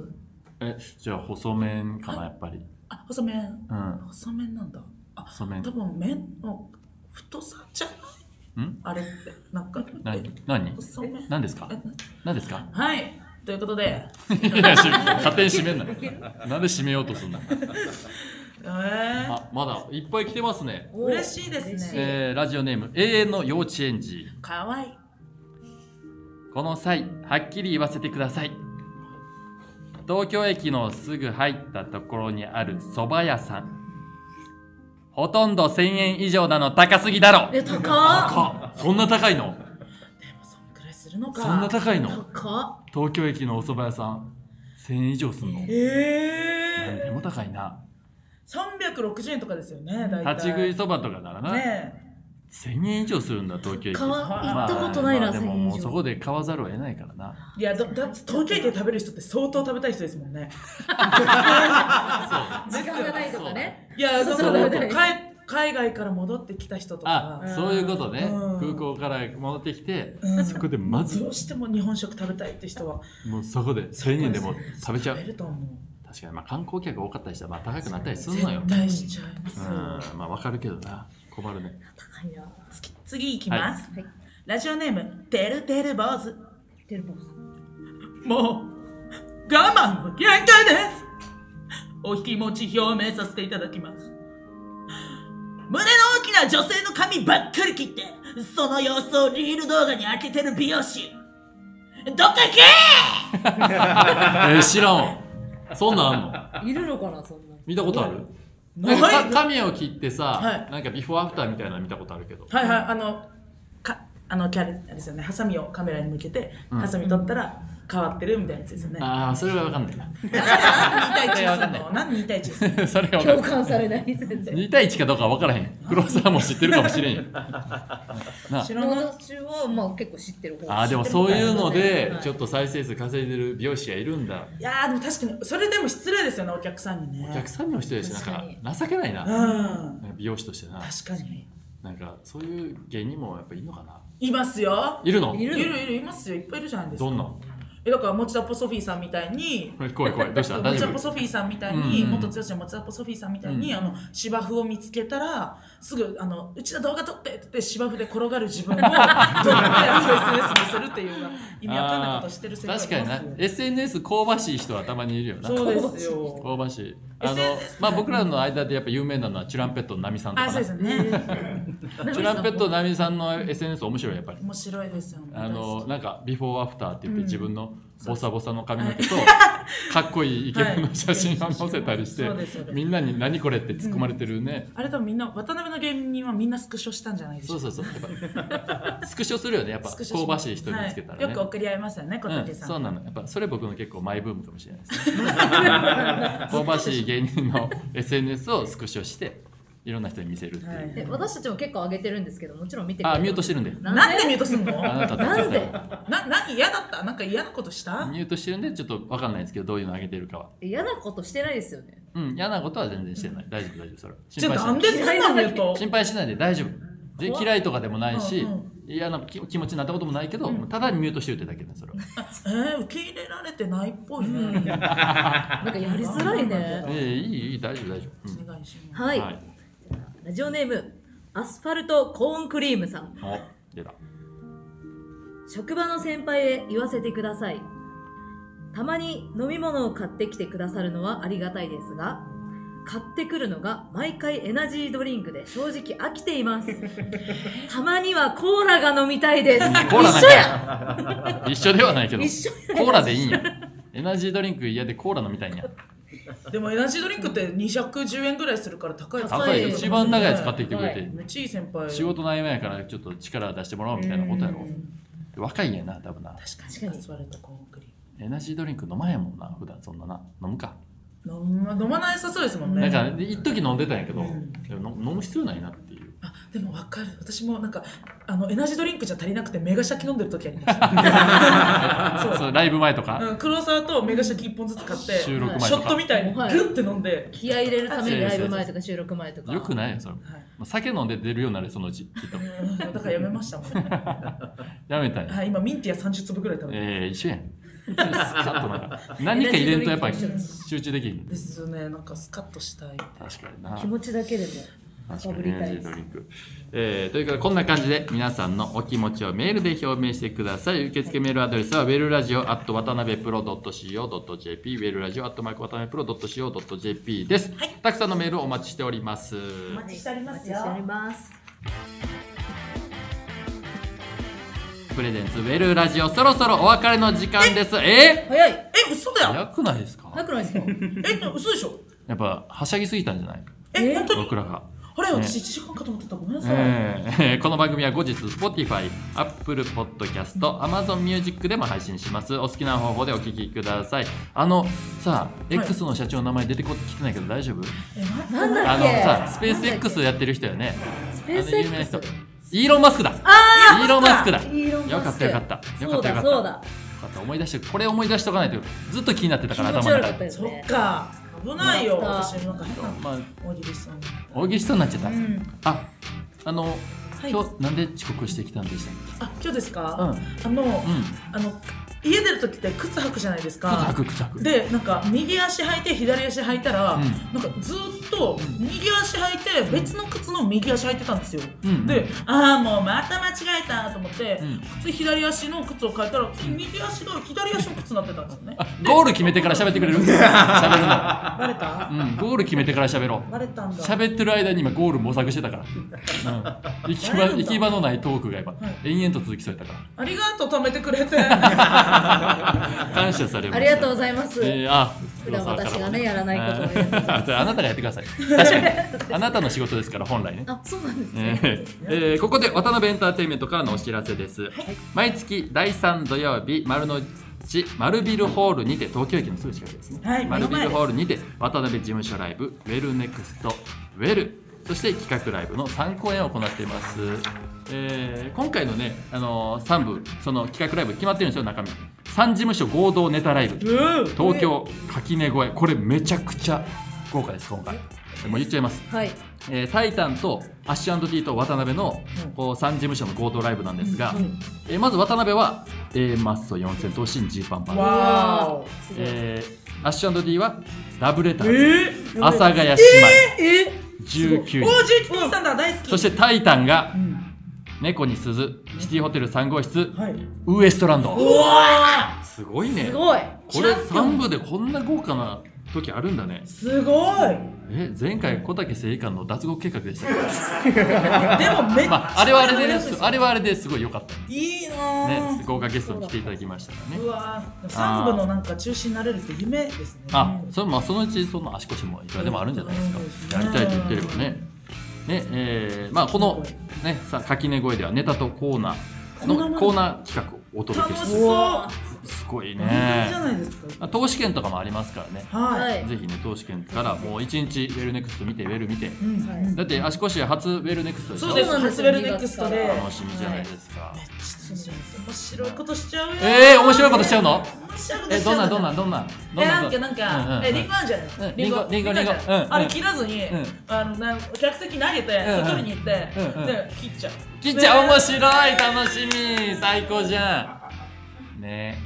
Speaker 1: えじゃあ細麺かなやっぱり
Speaker 2: あ、細麺。
Speaker 1: うん
Speaker 2: 細麺なんだ。あ、
Speaker 1: 細麺
Speaker 2: 多分麺の太さじゃない？
Speaker 1: ん
Speaker 2: あれってなんか。え
Speaker 1: 何何
Speaker 2: 細麺。
Speaker 1: 何ですか
Speaker 2: え
Speaker 1: 何ですか
Speaker 2: はい。ということで、
Speaker 1: いやし勝手に閉めんななんで閉めようとすんな
Speaker 2: えー、
Speaker 1: あまだいっぱい来てますね
Speaker 3: お
Speaker 2: 嬉しいですね
Speaker 3: 嬉しい
Speaker 1: えーラジオネーム永遠の幼稚園児
Speaker 2: かわいい。
Speaker 1: この際はっきり言わせてください東京駅のすぐ入ったところにある蕎麦屋さんほとんど1000円以上なの高すぎだろ
Speaker 3: え、高っ
Speaker 1: 高っそんな高いの
Speaker 2: でもそんくらいするのか。
Speaker 1: そんな高いの
Speaker 3: 高っ
Speaker 1: 東京駅のお蕎麦屋さん1000円以上すんの
Speaker 3: え
Speaker 1: 何で
Speaker 2: ええー。
Speaker 1: も高いな
Speaker 2: 三百六十円とかですよね。だいたい。
Speaker 1: 立ち食いそばとかならな、
Speaker 2: ね
Speaker 1: 1000円以上するんだ東京駅
Speaker 3: 高っ行
Speaker 1: ま
Speaker 3: っ
Speaker 1: あ
Speaker 3: たことない
Speaker 1: ま
Speaker 3: な、
Speaker 1: あで
Speaker 3: 千
Speaker 1: も
Speaker 3: 円
Speaker 1: も
Speaker 3: 以
Speaker 1: う
Speaker 3: 上
Speaker 1: そこで買わざるを得ないからな
Speaker 2: え。いや、だ、だ、東京駅で食べる人って相当食べたい人ですもんね。
Speaker 3: 時間がないとかね。
Speaker 2: いや、
Speaker 3: そう
Speaker 2: だから、
Speaker 3: そう
Speaker 2: 海、海外から戻ってきた人とか
Speaker 1: あ。そういうことね、
Speaker 2: うん
Speaker 1: 空港から戻ってきて、
Speaker 2: うん
Speaker 1: そこでまず
Speaker 2: どうしても日本食食べたいって人は
Speaker 1: もうそこで1000円でも食べちゃう
Speaker 2: 食べると思う
Speaker 1: 確かにまあ観光客多かったりしたらまあ高くなったりするのよ
Speaker 2: 絶対しちゃいま
Speaker 1: う
Speaker 2: す
Speaker 1: ん
Speaker 2: よ、
Speaker 1: まあわかるけどな困 るね
Speaker 3: 高いな。は
Speaker 2: 次次いきます、
Speaker 3: い。
Speaker 2: ラジオネームてるてる坊主
Speaker 3: テルボス。
Speaker 2: もう我慢の限界ですお気持ち表明させていただきます胸の大きな女性の髪ばっかり切ってその様子をリール動画に開けてる美容師どっか行け
Speaker 1: えー、知らんわそんなんあんの
Speaker 3: いるのかな、そんな。
Speaker 1: 見たことある
Speaker 2: な
Speaker 1: ないんかか髪を切ってさ、
Speaker 2: はい
Speaker 1: なんかビフォーアフターみたいなの見たことあるけど
Speaker 2: はいはい、あの、か、あのキャレあれですよねハサミをカメラに向けて
Speaker 1: うん
Speaker 2: ハサミ取ったら変わってるみたいなやつですよね、
Speaker 1: ああそれは分かんない な
Speaker 2: なんで2対
Speaker 1: いやわかんな
Speaker 2: 1ない のなんで2対1する
Speaker 1: それが分かん
Speaker 3: 共
Speaker 1: ない
Speaker 3: 感され ない全然。
Speaker 1: 2対1かどうか分からへん黒沢も知ってるかもしれん よ
Speaker 2: の
Speaker 1: な
Speaker 2: 知らない
Speaker 3: 私はまあ結構知ってる方
Speaker 1: ああでもそういうのでちょ
Speaker 3: っ
Speaker 1: っと再生数稼いでる美容師がいるんだ
Speaker 2: いやーでも確かにそれでも失礼ですよねお客さんにね
Speaker 1: お客さんにも失礼だし
Speaker 3: 確か
Speaker 1: な
Speaker 3: に
Speaker 1: んか情けないな
Speaker 2: うん
Speaker 1: 美容師としてな
Speaker 2: 確かに
Speaker 1: なんかそういう芸人もやっぱいいのかない
Speaker 2: ますよ
Speaker 1: いるの
Speaker 3: いる
Speaker 2: いるいるいますよいっぱいいるじゃないですか
Speaker 1: どんな
Speaker 2: えだからもちだぽソフィーさんみたいに
Speaker 1: 怖い怖いどう した
Speaker 2: も
Speaker 1: 大
Speaker 2: ち
Speaker 1: 丈
Speaker 2: だぽ
Speaker 1: 夫
Speaker 2: ソフィーさんみたい
Speaker 1: うんう
Speaker 2: に、
Speaker 1: ん
Speaker 2: 元剛のもちだぽソフィーさんみたいに、
Speaker 1: う
Speaker 2: あの芝生を見つけたらすぐあのうちの動画撮ってって言って芝生で転がる自分を撮って SNS にするっていうような意味わかんないことしてる世界
Speaker 1: 確かにな SNS 香ばしい人はたまにいるよな
Speaker 2: そうですよ
Speaker 1: 香ばしいあの
Speaker 2: SNS
Speaker 1: まあ僕らの間でやっぱ有名なのはチュランペットのナミさんと
Speaker 2: あ
Speaker 1: か
Speaker 2: そ
Speaker 1: な
Speaker 2: うで
Speaker 1: チ
Speaker 2: す ね
Speaker 1: ュランペットのナミさんの SNS 面白いやっぱり
Speaker 2: 面白いですよね
Speaker 1: あ
Speaker 2: 大好
Speaker 1: の
Speaker 2: き
Speaker 1: なんかビフォーアフターって言って
Speaker 3: うん
Speaker 1: 自分のボサボサの髪の 毛とかっこいいイケメンの写真を載せたりして
Speaker 2: そうですよね
Speaker 1: みんなに「何これ?」って突っ込まれてるね
Speaker 2: あれ多分みんな渡辺の芸人はみんなスクショしたんじゃないでし
Speaker 1: そ
Speaker 2: ょ
Speaker 1: うそうそうやっぱスクショするよねやっぱ
Speaker 2: スクショ
Speaker 1: 香ばしい人につけたら
Speaker 2: はい
Speaker 1: ね
Speaker 2: よく送り合いますよね小
Speaker 1: う
Speaker 2: 竹
Speaker 1: ん、
Speaker 2: さん、
Speaker 1: そうなのやっぱそれ僕の結構マイブームかもしれないですね 香ばしい芸人の SNS をスクショしていろんな人に見せるっていう、
Speaker 2: はい
Speaker 3: え私たちも結構上げてるんですけどもちろん見てくれ
Speaker 1: あ
Speaker 3: る
Speaker 1: ミュートしてるんで
Speaker 2: なんでミュートすんの
Speaker 1: あなたたち
Speaker 3: なんで
Speaker 2: な何嫌だったなんか嫌なことした
Speaker 1: ミュートしてるんでちょっと分かんないですけどどういうのあげてるかは
Speaker 3: 嫌なことしてないですよね
Speaker 1: うん嫌なことは全然してない大丈夫大丈夫それ
Speaker 2: じ
Speaker 1: 心
Speaker 2: ゃあ
Speaker 1: 配し
Speaker 2: な
Speaker 1: なんい
Speaker 2: でそんなミュート
Speaker 1: 心配しないで大丈夫で
Speaker 3: 怖っ
Speaker 1: 嫌いとかでもないし、
Speaker 2: うん
Speaker 1: 嫌な気気持ちになったこともないけど、ただミュートしてるってだけだそれは
Speaker 2: えー、受け入れられてないっぽいね、
Speaker 3: うんなんかやりづらいね
Speaker 1: ええいいいい大丈夫大丈夫、
Speaker 2: お願いします
Speaker 1: う
Speaker 3: は
Speaker 1: ん
Speaker 3: い、ラジオネームアスファルトコーンクリームさん
Speaker 1: お出た
Speaker 3: 職場の先輩へ言わせてくださいたまに飲み物を買ってきてくださるのはありがたいですが買ってくるのが毎回エナジードリンクで正直飽きていますたまにはコーラが飲みたいです
Speaker 1: コーラなん
Speaker 3: 一緒や
Speaker 1: か一緒ではないけど
Speaker 3: 一緒や
Speaker 1: コーラでいいんやエナジードリンク嫌でコーラ飲みたいんや
Speaker 2: でもエナジードリンクって210円ぐらいするから高いですよね
Speaker 1: 高いよ一番長いやつ買ってきてくれ
Speaker 3: は
Speaker 1: て
Speaker 2: めっちゃいい先輩
Speaker 1: 仕事の合間やからちょっと力出してもらおうみたいなことやろ
Speaker 3: うん
Speaker 1: 若いんやな多分な
Speaker 2: 確
Speaker 3: 確
Speaker 2: か
Speaker 3: か
Speaker 2: に
Speaker 3: に
Speaker 2: 座れたコンクリ
Speaker 1: エナジードリンク飲まへんもんな普段そんなな飲むか
Speaker 2: 飲ま飲まないさそうですもんね
Speaker 1: なんか一時飲んでたんやけど
Speaker 2: うん
Speaker 1: でも飲飲む必要ないなっていう
Speaker 2: あでもわかる私もなんかあのエナジードリンクじゃ足りなくてメガシャキ飲んでる時ありました そう
Speaker 1: そうライブ前とか
Speaker 2: うん、黒沢とメガシャキ1本ずつ買ってシ
Speaker 1: 収録前
Speaker 2: ョ
Speaker 1: と
Speaker 2: ット
Speaker 1: か
Speaker 2: みたいにグ
Speaker 3: はい
Speaker 2: ッて飲んで、
Speaker 3: 気合い入れるためにライブ前とか収録前とか
Speaker 1: よくないよそれも
Speaker 2: はい
Speaker 1: まあ酒飲んで出るようになるそのうちきっと
Speaker 2: うんだからやめましたもん、
Speaker 1: やめたんや
Speaker 2: はい、今ミンティア30粒ぐらい食べて
Speaker 1: ええ一緒 やんスカッとなんか何か入れんとやっぱり集中できん
Speaker 2: ですよねなんかスカッとしたい
Speaker 1: 確かにな
Speaker 3: 気持ちだけでも
Speaker 1: 確
Speaker 3: か
Speaker 1: か
Speaker 3: ぶ
Speaker 1: に
Speaker 3: り
Speaker 1: エ
Speaker 3: た
Speaker 1: ナジ
Speaker 3: い
Speaker 1: ー
Speaker 3: です
Speaker 1: ドリンク。えーということでこんな感じで皆さんのお気持ちをメールで表明してください。受付メールアドレスはウェルラジオ at 渡辺プロ .co.jp ウェルラジオ at マーク渡辺プロ .co.jp です、たくさんのメールをお待ちしております。
Speaker 2: お待ちしておりますよ
Speaker 3: お待ちしております
Speaker 1: プレゼンツウェルラジオそろそろお別れの時間です。え
Speaker 3: 早い
Speaker 2: え嘘
Speaker 1: ー、
Speaker 2: だよ
Speaker 1: 早くないですか
Speaker 3: なくないですか
Speaker 2: え嘘でしょ
Speaker 1: やっぱはしゃぎすぎたんじゃない
Speaker 2: え
Speaker 3: え
Speaker 2: 本当に
Speaker 1: 僕らが。
Speaker 2: あれ
Speaker 1: ね
Speaker 2: 私1時間かと思ってたごめんなさい、
Speaker 1: えー この番組は後日 Spotify、Apple Podcast、Amazon Music でも配信します。お好きな方法でお聞きください。あのさあ、
Speaker 2: い
Speaker 1: X の社長の名前出てこきてないけど大丈夫？
Speaker 2: えま
Speaker 3: なんだ
Speaker 1: あ
Speaker 3: っ
Speaker 1: の
Speaker 3: け
Speaker 1: さあ、スペース X やってる人よね。
Speaker 3: ス
Speaker 1: あ
Speaker 3: ペー
Speaker 1: の
Speaker 3: ス
Speaker 1: 有名な人
Speaker 3: X。
Speaker 1: イーロンマスクだ。イーロンマスクだ。
Speaker 3: イーロンマスク
Speaker 1: よかったよかった。よか
Speaker 3: そ
Speaker 1: っ
Speaker 3: う
Speaker 1: たよかった。
Speaker 3: だそう
Speaker 1: よ
Speaker 3: だ
Speaker 1: かった思い出してこれ思い出しとかないとずっと気になってた
Speaker 3: 気
Speaker 1: から
Speaker 3: 持
Speaker 1: 頭
Speaker 3: ち
Speaker 1: の
Speaker 3: 悪かっ
Speaker 1: 中
Speaker 3: た
Speaker 1: で。
Speaker 3: よ
Speaker 2: そっ
Speaker 3: ね
Speaker 2: か危ないよ
Speaker 3: 危なかった
Speaker 2: 私なんか変な
Speaker 1: まあ
Speaker 2: 大喜利さん
Speaker 1: 大喜利しそうになっちゃった。
Speaker 2: うん
Speaker 1: あ、あの
Speaker 2: い
Speaker 1: 今日なんで遅刻してきたんでしたっ
Speaker 2: あ今日ですか、
Speaker 1: け？うん。
Speaker 2: あの、
Speaker 1: うん。
Speaker 2: あの家出る時って靴履くじゃないです
Speaker 1: 靴履
Speaker 2: か
Speaker 1: く靴履く。
Speaker 2: でなんか右足履いて左足履いたら、
Speaker 1: うん
Speaker 2: なんかずーっと右足履いて別の靴の右足履いてたんですよ、
Speaker 1: うん
Speaker 2: でああもうまた間違えたと思って、
Speaker 1: うん
Speaker 2: 靴左足の靴を変えたら次右足が左足の靴になってたん ですよね
Speaker 1: あゴール決めてから喋ってくれる喋るな、
Speaker 2: バレた
Speaker 1: うん、ゴール決めてから喋ろう
Speaker 2: バレたんだ
Speaker 1: 喋ってる間に今ゴール模索してたから、うん、行き場
Speaker 2: バレるんだ
Speaker 1: 行き場のないトークが今
Speaker 2: い
Speaker 1: 延々と続きそうやったか
Speaker 2: ありがとう貯めてくれて
Speaker 1: ら感謝されま
Speaker 3: あ
Speaker 1: す
Speaker 3: りがとうご
Speaker 1: い
Speaker 3: ざいます、
Speaker 1: えー、あ
Speaker 3: 普段私がねやらないことをやる
Speaker 1: あーそれあなたがやってくだ さい確かにあなたの仕事ですから本来ね
Speaker 3: あそうなんですね
Speaker 1: えー えーここで渡辺エンターテインメントからのお知らせです、毎月第3土曜日丸の内丸ビルホールにて東京駅のすぐ近くですね、
Speaker 2: はい
Speaker 1: 丸ビルホー
Speaker 2: ル
Speaker 1: ルにて渡辺事務所ライブウェルネクストウェルそして企画ライブの3公演を行っています、えー今回のね、あのー3部その企画ライブ決まってるんですよ中身3事務所合同ネタライブ
Speaker 2: うん
Speaker 1: 東京垣根越えこれめちゃくちゃ豪華です今回もう言っちゃいます
Speaker 3: はい
Speaker 1: えータイタンとアッシュ &T と渡辺の
Speaker 2: うん
Speaker 1: こう3事務所の合同ライブなんですが、
Speaker 3: うん
Speaker 1: えーまず渡辺は A マッソ4千頭身ジーパンパン、
Speaker 2: わ
Speaker 3: わ
Speaker 2: わ
Speaker 3: ーすごい
Speaker 1: えー、アッシュ &T はダブレタ
Speaker 2: え
Speaker 1: ーズ
Speaker 2: ー
Speaker 1: 阿佐ヶ谷姉
Speaker 2: えー
Speaker 1: 妹19人
Speaker 2: おおジュキさんだ大好き
Speaker 1: そしてタイタンが
Speaker 2: うん
Speaker 1: 猫に鈴シティホテル3号室
Speaker 2: はいう
Speaker 1: ウエストランド
Speaker 2: わ
Speaker 1: すごいね
Speaker 3: すごい
Speaker 1: これ3部でこんな豪華な時あるんだね
Speaker 2: ーすごい
Speaker 1: え前回小竹正義官の脱獄計画でしたけど、
Speaker 2: でもめっち
Speaker 1: まあ、あれはあれで、
Speaker 2: す
Speaker 1: あれはあれですごい良かった
Speaker 2: いいな
Speaker 1: ね
Speaker 2: ー
Speaker 1: 豪華ゲストに来ていただきましたからね
Speaker 2: うわー三部のなんか中心になれるって夢ですね
Speaker 1: あ、それもそのうちその足腰もいくらでもあるんじゃないですか。やりたいと言ってればね。ね、えーまあこのねさ垣根越えではネタとコーナーのコ
Speaker 2: こ
Speaker 1: ー
Speaker 2: んなもん
Speaker 1: ナー企画をお届け
Speaker 2: 楽し
Speaker 1: して
Speaker 2: そう
Speaker 3: わ
Speaker 1: ます。すごい
Speaker 2: 本当
Speaker 1: ね
Speaker 2: じゃ。ないですか
Speaker 1: あ投資券とかもありますからね。
Speaker 3: ー
Speaker 2: は
Speaker 3: はいい
Speaker 1: ぜひね投資券からもう一日ウェルネクスト見てウェル見て。
Speaker 2: うん
Speaker 3: はい
Speaker 2: うん
Speaker 1: だって足腰は初ウェルネクストでしょ。
Speaker 2: そうです
Speaker 3: そうなんです
Speaker 2: 初ベルネクストで
Speaker 1: 楽しみじゃないですか。
Speaker 2: 面白いことしちゃうよ
Speaker 1: えー面白いことしちゃうの
Speaker 2: 面白いこと
Speaker 1: え
Speaker 2: しちゃ
Speaker 1: ど
Speaker 2: うん
Speaker 1: な
Speaker 2: の
Speaker 1: どんなどんなど
Speaker 2: え
Speaker 1: ん
Speaker 2: な
Speaker 1: なん
Speaker 2: かな
Speaker 1: うん
Speaker 2: ん
Speaker 1: うんう
Speaker 2: か
Speaker 1: ん
Speaker 2: えリンゴあんじゃな
Speaker 1: う
Speaker 2: い
Speaker 1: んリンゴ
Speaker 2: 見たじゃ
Speaker 1: リン
Speaker 2: ん
Speaker 1: ゴうんうん
Speaker 2: あれ切らずに
Speaker 1: うん
Speaker 2: あのなん客席投げて
Speaker 1: うんうん
Speaker 2: 外に行って
Speaker 1: うんうん
Speaker 2: で切っちゃう
Speaker 1: きっちゃん面白い楽しみ最高じゃんね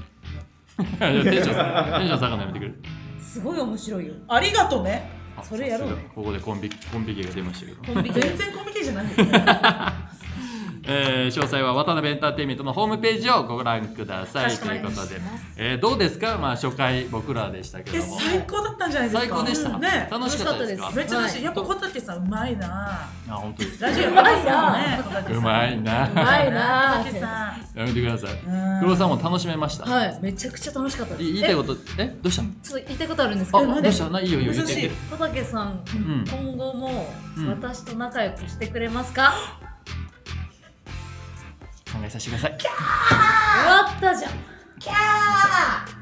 Speaker 1: えいやテンションテンション下がるのやめてくれ
Speaker 3: すごい面白いよ
Speaker 2: ありがとね
Speaker 1: あ
Speaker 3: それやろうね
Speaker 1: さすがここでコンビコンビ芸が出ましたけど、
Speaker 3: コンビ
Speaker 2: 全
Speaker 3: ニ
Speaker 2: 然コミケじゃないよね
Speaker 1: えー、詳細は渡辺エンターテインメントのホームページをご覧くださ
Speaker 2: か
Speaker 1: い
Speaker 2: しことま
Speaker 1: い
Speaker 2: り
Speaker 1: うこ
Speaker 3: ました
Speaker 1: とで、えー、どうですかまあ初回僕らでしたけ
Speaker 2: え
Speaker 1: ども
Speaker 2: 最高だったんじゃないですか
Speaker 1: 最高でした、
Speaker 2: うんね
Speaker 1: 楽しかったですか
Speaker 3: 楽し
Speaker 2: めっちゃ楽し
Speaker 3: はい
Speaker 2: いやっぱ小竹さんうまいな
Speaker 1: あ本当です
Speaker 2: ラジオ
Speaker 3: う
Speaker 2: う
Speaker 3: ま
Speaker 2: ま
Speaker 3: い
Speaker 2: い
Speaker 3: な
Speaker 2: な小竹さん
Speaker 1: うまいな
Speaker 3: うまいな
Speaker 2: 小竹さん
Speaker 1: やめてください
Speaker 2: うん
Speaker 1: 黒さんも楽しめました、
Speaker 3: はいめちゃくちゃ楽しかったで
Speaker 1: い
Speaker 3: す
Speaker 1: 言いたい
Speaker 3: え
Speaker 1: ことえどうしたの
Speaker 3: ちょっと言いたいことあるんですけど
Speaker 1: あどうしたないいよいいよ言って
Speaker 2: 珍しい
Speaker 1: 言って
Speaker 3: 小竹さん、
Speaker 1: ん
Speaker 3: 今後も
Speaker 1: うん
Speaker 3: 私と仲良くしてくれますか、
Speaker 1: 考えさせてください
Speaker 3: 終わったじゃん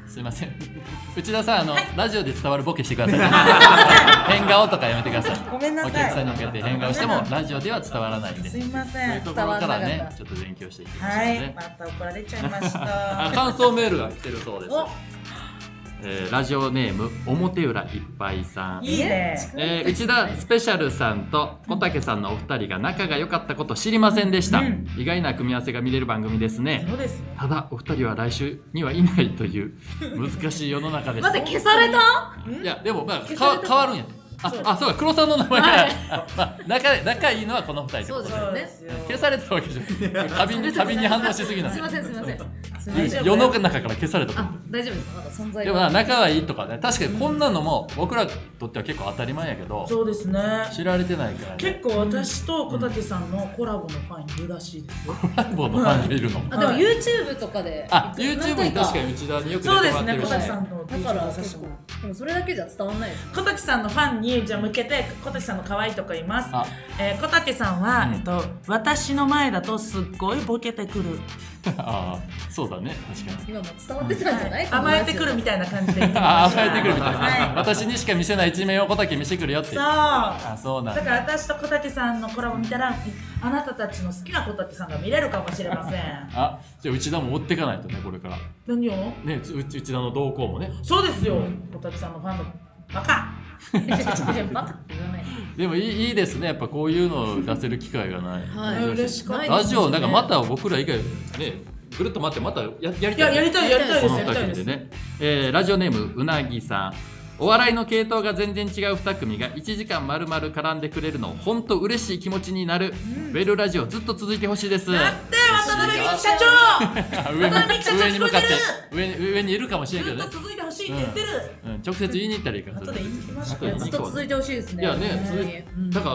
Speaker 1: すいません 内田さんあの、ラジオで伝わるボケしてくださ い変顔とかやめてください
Speaker 2: ごめんなさい
Speaker 1: お客さんに向けて変顔してもラジオでは伝わらないんでそ
Speaker 2: す
Speaker 1: うい
Speaker 2: いませ
Speaker 1: うんところから
Speaker 3: 伝わらな
Speaker 1: ね
Speaker 3: かった
Speaker 1: ちょっと勉強していきましょう
Speaker 2: はい
Speaker 1: ね
Speaker 2: ま、た怒られちゃいまし
Speaker 1: あ
Speaker 2: た
Speaker 1: 感想メールが来てるそうです
Speaker 3: お、
Speaker 1: えーラジオネーム表裏いっぱいさん
Speaker 2: いいね
Speaker 1: えー内田スペシャルさんと小竹さんのお二人が仲が良かったこと知りませんでした、
Speaker 2: うん
Speaker 1: 意外な組み合わせが見れる番組ですね
Speaker 2: そうですね
Speaker 1: ただお二人は来週にはいないという難しい世の中です
Speaker 3: 待って消された
Speaker 1: いやでもまあ
Speaker 3: 消
Speaker 1: 変
Speaker 3: され
Speaker 1: わ
Speaker 3: た
Speaker 1: 変わるんやってああそうか黒さんの名前が、
Speaker 3: はい
Speaker 1: あまあ、 仲仲いいのはこの二人
Speaker 3: そう
Speaker 1: で
Speaker 3: ですよねす
Speaker 1: 消されたわけじゃない花瓶 に花瓶に反応しすぎなん
Speaker 3: い
Speaker 1: で
Speaker 3: ませんすいませんすいま
Speaker 2: 大
Speaker 3: せ
Speaker 2: 丈
Speaker 3: ん
Speaker 2: 夫
Speaker 1: 世の中から消されたと思
Speaker 3: あ
Speaker 1: う
Speaker 3: 大丈夫ですまだ存在
Speaker 1: でもな仲はいいとかね確かにこんなのも僕らにとっては結構当たり前やけど
Speaker 2: そうですね
Speaker 1: 知られてないからね
Speaker 2: 結構私と小竹さんのコラボのファンいるらしいですよ
Speaker 1: ライボーのファンがいるの
Speaker 3: あでも YouTube とかで
Speaker 1: あ YouTube に確か
Speaker 3: に
Speaker 1: に内田によく出ても
Speaker 2: そうで
Speaker 1: ら
Speaker 2: す
Speaker 1: って
Speaker 2: ね
Speaker 1: る
Speaker 2: 小
Speaker 1: し
Speaker 2: 竹さんの
Speaker 3: だから結構でもそれだけじゃ伝わんないです
Speaker 2: 小竹さんのファンにじゃあ向けて小竹さんの可愛いとこいます
Speaker 1: あ
Speaker 2: えー、小竹さんは、
Speaker 1: うん
Speaker 2: えっと、私の前だとすっごいボケてくる、
Speaker 1: あーそうだね確かに
Speaker 3: 今も伝わってたんじゃない
Speaker 2: 甘えてくるみたいな感じで言って
Speaker 1: あ
Speaker 2: ま
Speaker 1: あ
Speaker 2: し た
Speaker 1: 与えてくるみたいな、
Speaker 2: は
Speaker 1: 私にしか見せない一面を小竹見せてくるよっ
Speaker 2: い、
Speaker 1: て
Speaker 2: そう
Speaker 1: あそうなん
Speaker 2: だ
Speaker 1: だ
Speaker 2: から私と小竹さんのコラボ見たらあなたたちの好きな小竹さんが見れるかもしれません
Speaker 1: あじゃあ内田も追っていかないとねこれから
Speaker 2: 何を
Speaker 1: ねううち内田の動向もね
Speaker 2: そうですよ小竹さんのファンのバカ
Speaker 3: いやバカって言わない
Speaker 1: でもいいいいですねやっぱこういうのを出せる機会がない、
Speaker 3: はい
Speaker 2: 嬉しかった
Speaker 1: ラジオなんかまた僕ら以外ねぐるっと待ってまたややりたい
Speaker 2: いややりたいやりたいで
Speaker 1: この
Speaker 2: すやりたい
Speaker 1: 2
Speaker 2: で
Speaker 1: 組
Speaker 2: す、
Speaker 1: でね、えーラジオネームうなぎさんお笑いの系統が全然違う2組が1時間まるまる絡んでくれるの本当嬉しい気持ちになる、ウェルラジオずっと続いてほしいです
Speaker 2: やって渡辺美樹社長
Speaker 1: あ上に
Speaker 2: 渡辺美樹さん
Speaker 1: 上に向かって
Speaker 2: 聞こ
Speaker 1: 上に上にいるかもしれんけど
Speaker 2: ず
Speaker 1: ね
Speaker 2: っと続いてほしいって言ってる、
Speaker 1: うん、直接言いに行ったらいいから
Speaker 2: 後で言いに行きましょう
Speaker 1: 後で言い
Speaker 3: ず
Speaker 1: に
Speaker 3: っ
Speaker 1: 行ことう
Speaker 3: 続いてほしいですね
Speaker 1: いやね
Speaker 3: 本当に
Speaker 1: 続
Speaker 3: うん
Speaker 1: だか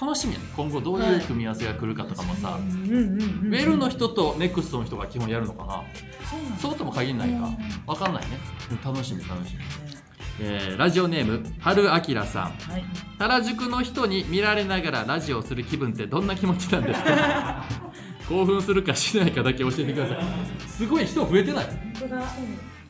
Speaker 1: ら楽しみやね今後どういう組み合わせが来るかとかもさ、
Speaker 2: うんうんうん
Speaker 1: ウェルの人とネクストの人が基本やるのかな、
Speaker 2: そうなんだ
Speaker 1: そうとも限らないか
Speaker 2: うん
Speaker 1: 分かんないね楽しみ楽しみ、えーラジオネーム春あきらさん
Speaker 2: はい。
Speaker 1: 原宿の人に見られながらラジオをする気分ってどんな気持ちなんですか 興奮するかしないかだけ教えてくださいすごい人増えてない
Speaker 3: 本当だ。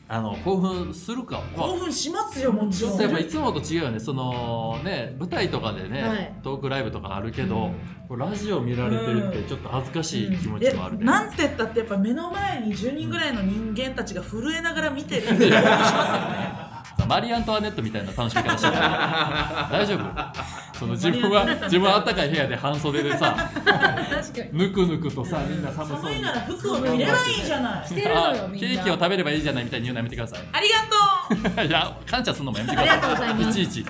Speaker 1: あの興奮するかまあ
Speaker 2: 興奮しますよ、もち
Speaker 1: ちょ
Speaker 2: ろ
Speaker 1: っ
Speaker 2: ん。
Speaker 1: とやっぱいつもと違うよねそのね舞台とかでね、
Speaker 3: はい
Speaker 1: トークライブとかあるけど、こうラジオ見られてるってちょっと恥ずかしい気持ちもある
Speaker 2: え
Speaker 1: ね、
Speaker 2: なんて言ったってやっぱ目の前に10人ぐらいの人間たちが震えながら見てる っていう感じしますよね
Speaker 1: マリー・アントワネットみたいな楽しみ方してる大丈夫その自分は
Speaker 2: マリーアントワネットみたいな
Speaker 1: 自分はあったかい部屋で半袖でさ
Speaker 3: 確かに。
Speaker 1: ぬくぬくとさみんな寒そう
Speaker 2: 寒い
Speaker 1: に
Speaker 2: なら服を着ればいいじゃない
Speaker 3: 着てるのよ
Speaker 1: あ
Speaker 3: みん
Speaker 1: ケ
Speaker 3: な
Speaker 1: ーキを食べればいいじゃないみたいに言うのやめてください
Speaker 2: ありがとう
Speaker 1: いや、感謝するのもやめてく
Speaker 3: ありがとう
Speaker 1: だ
Speaker 3: ござ
Speaker 1: さ
Speaker 3: い
Speaker 1: い。い
Speaker 3: ます
Speaker 1: ちいち。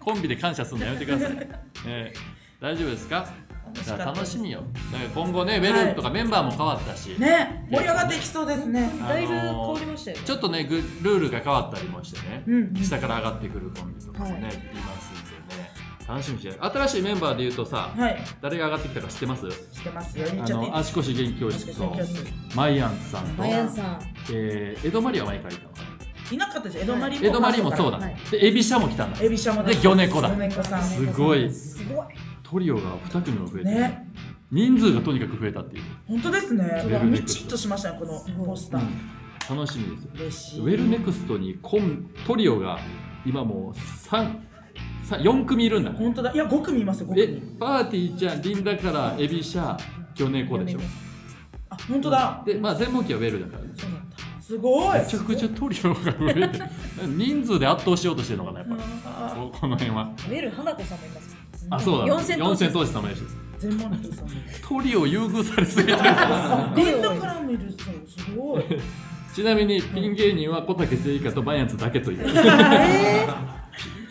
Speaker 1: コンビで感謝するのやめてください。えー大丈夫ですか。
Speaker 2: 楽し
Speaker 1: じ
Speaker 2: か
Speaker 1: ゃ
Speaker 2: っ
Speaker 1: あ
Speaker 2: たで
Speaker 1: 楽
Speaker 2: す
Speaker 1: しみよ。だから今後ね、ウェルとかメンバーも変わったし。
Speaker 2: ね盛り上がっていきそうですね
Speaker 1: あのー
Speaker 3: だいぶ変わりましたよね。
Speaker 1: ちょっとね、ぐルールが変わったりもしてね、
Speaker 3: うんうん
Speaker 1: 下から上がってくるコンビとかもね、
Speaker 3: はい
Speaker 1: い、ますんでね。楽しみにしてる。新しいメンバーで言うとさ、
Speaker 2: はい
Speaker 1: 誰が上がってきたか知ってます。
Speaker 2: 知ってますよ言っ
Speaker 1: あ
Speaker 2: ちゃっていい
Speaker 1: の、足腰元気教
Speaker 2: 足
Speaker 1: 室
Speaker 2: 腰元
Speaker 1: と
Speaker 2: 気教室。
Speaker 1: マイアンツさんと
Speaker 3: マ、ヤンさん。
Speaker 1: えー江戸マリは毎回いたのかない
Speaker 2: なかったです江戸マリも
Speaker 1: 江戸マリもそうだ。
Speaker 3: はい
Speaker 1: で、エビシャも来たんだ。
Speaker 2: エビシャも
Speaker 1: で魚猫だ
Speaker 2: 魚猫さん
Speaker 1: すごい。
Speaker 2: すごい
Speaker 1: トリオが2組も増えて、
Speaker 2: ね
Speaker 1: 人数がとにかく増えたっていう、
Speaker 2: 本当ですね
Speaker 1: ウェルネ
Speaker 2: み
Speaker 1: クスト
Speaker 2: ちっとしましたねこのポスター
Speaker 1: 楽しみですよ
Speaker 2: 嬉しい
Speaker 1: ウェルネクストにコントリオが今もう三三4組いるんだね
Speaker 2: 本当だいや5組いますよ5
Speaker 1: え
Speaker 2: 組
Speaker 1: パーティーちゃんリンダからエビシャ魚猫でしょ
Speaker 2: あ本当だ
Speaker 1: でまあ全問記はウェルだからね
Speaker 2: そうだったすごい
Speaker 1: めちゃくちゃトリオが増えて人数で圧倒しようとしてるのかなやっぱり
Speaker 2: あ
Speaker 1: ここの辺は
Speaker 3: ウェル花子さんもいます。
Speaker 1: あそうだ
Speaker 3: 四千頭身
Speaker 1: 四千投資様でした
Speaker 2: ー全問記さん
Speaker 1: トリオ優遇されすぎてる
Speaker 2: リンダからもいるそうすごい
Speaker 1: ちなみにピン芸人は小竹聖華とバイアンツだけという
Speaker 2: えー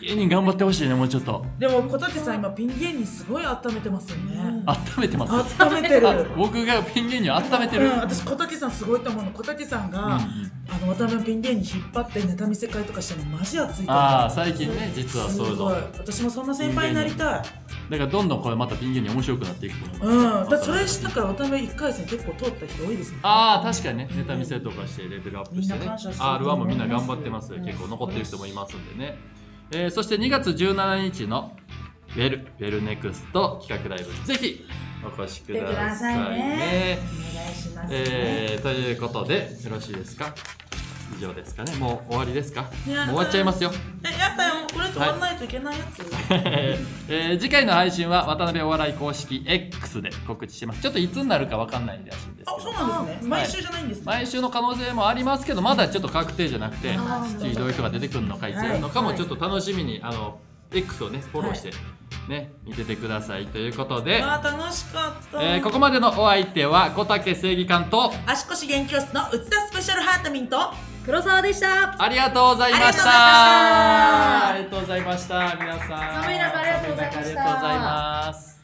Speaker 1: 芸人頑張ってほしいねもうちょっと
Speaker 2: でも小竹さん今ピン芸人すごい温めてますよね
Speaker 1: 温めてますよ
Speaker 2: 温めてる
Speaker 1: あ僕がピン芸人を温めて
Speaker 2: う
Speaker 1: る、
Speaker 2: ん、私小竹さんすごいと思うの小竹さんが、あの渡辺ピン芸人引っ張ってネタ見せ会とかしてるのマジ熱いと思う
Speaker 1: ああ最近ね実はそういう
Speaker 2: す
Speaker 1: の
Speaker 2: ごい
Speaker 1: だか
Speaker 2: 私もそんな先輩になりたい
Speaker 1: らどんどんこれまたピン芸人面白くなっていくと思います、
Speaker 2: うんだからそれしたから渡辺1回戦結構通った人多いですもんね
Speaker 1: ああ確かにねネタ見せとかしてレベルアップして
Speaker 2: みん
Speaker 1: ね
Speaker 2: な感謝する
Speaker 1: R1 もみんな頑張ってますよ結構残ってる人もいますんでね、えーそして2月17日のウェルウェルネクスト企画ライブぜひお越しください
Speaker 3: 来てください
Speaker 1: ね
Speaker 3: ねお願いしますね。
Speaker 1: えーということでよろしいですか以上ですかねもう終わりですかもう
Speaker 2: い
Speaker 1: 終
Speaker 2: や
Speaker 1: わっちゃいますよ
Speaker 2: えやだよこれ止まんないといけないやつ、
Speaker 1: えー次回の配信は渡辺お笑い公式 X で告知しますちょっといつになるかわかんないらしいんです
Speaker 2: あ
Speaker 1: け
Speaker 2: そう
Speaker 1: ど
Speaker 2: なんですね毎週じゃないんですね、
Speaker 1: 毎週の可能性もありますけどまだちょっと確定じゃなくて
Speaker 2: あー
Speaker 1: ちょっとひどい人が出てくるのかいつやるのか
Speaker 2: はい
Speaker 1: もちょっと楽しみにあの X をねフォローしてね見ててくださいということで、
Speaker 2: あー楽しかった、
Speaker 1: えーここまでのお相手は小竹正義館と
Speaker 2: 足腰元気教室の内田スペシャルハートミンと
Speaker 3: 黒沢でした。
Speaker 1: ありがとうございましたあ
Speaker 2: あ
Speaker 1: りがとうございました皆さん
Speaker 3: 寒い中ありがとうござい
Speaker 1: 寒い中あり
Speaker 3: ました
Speaker 1: がとうございます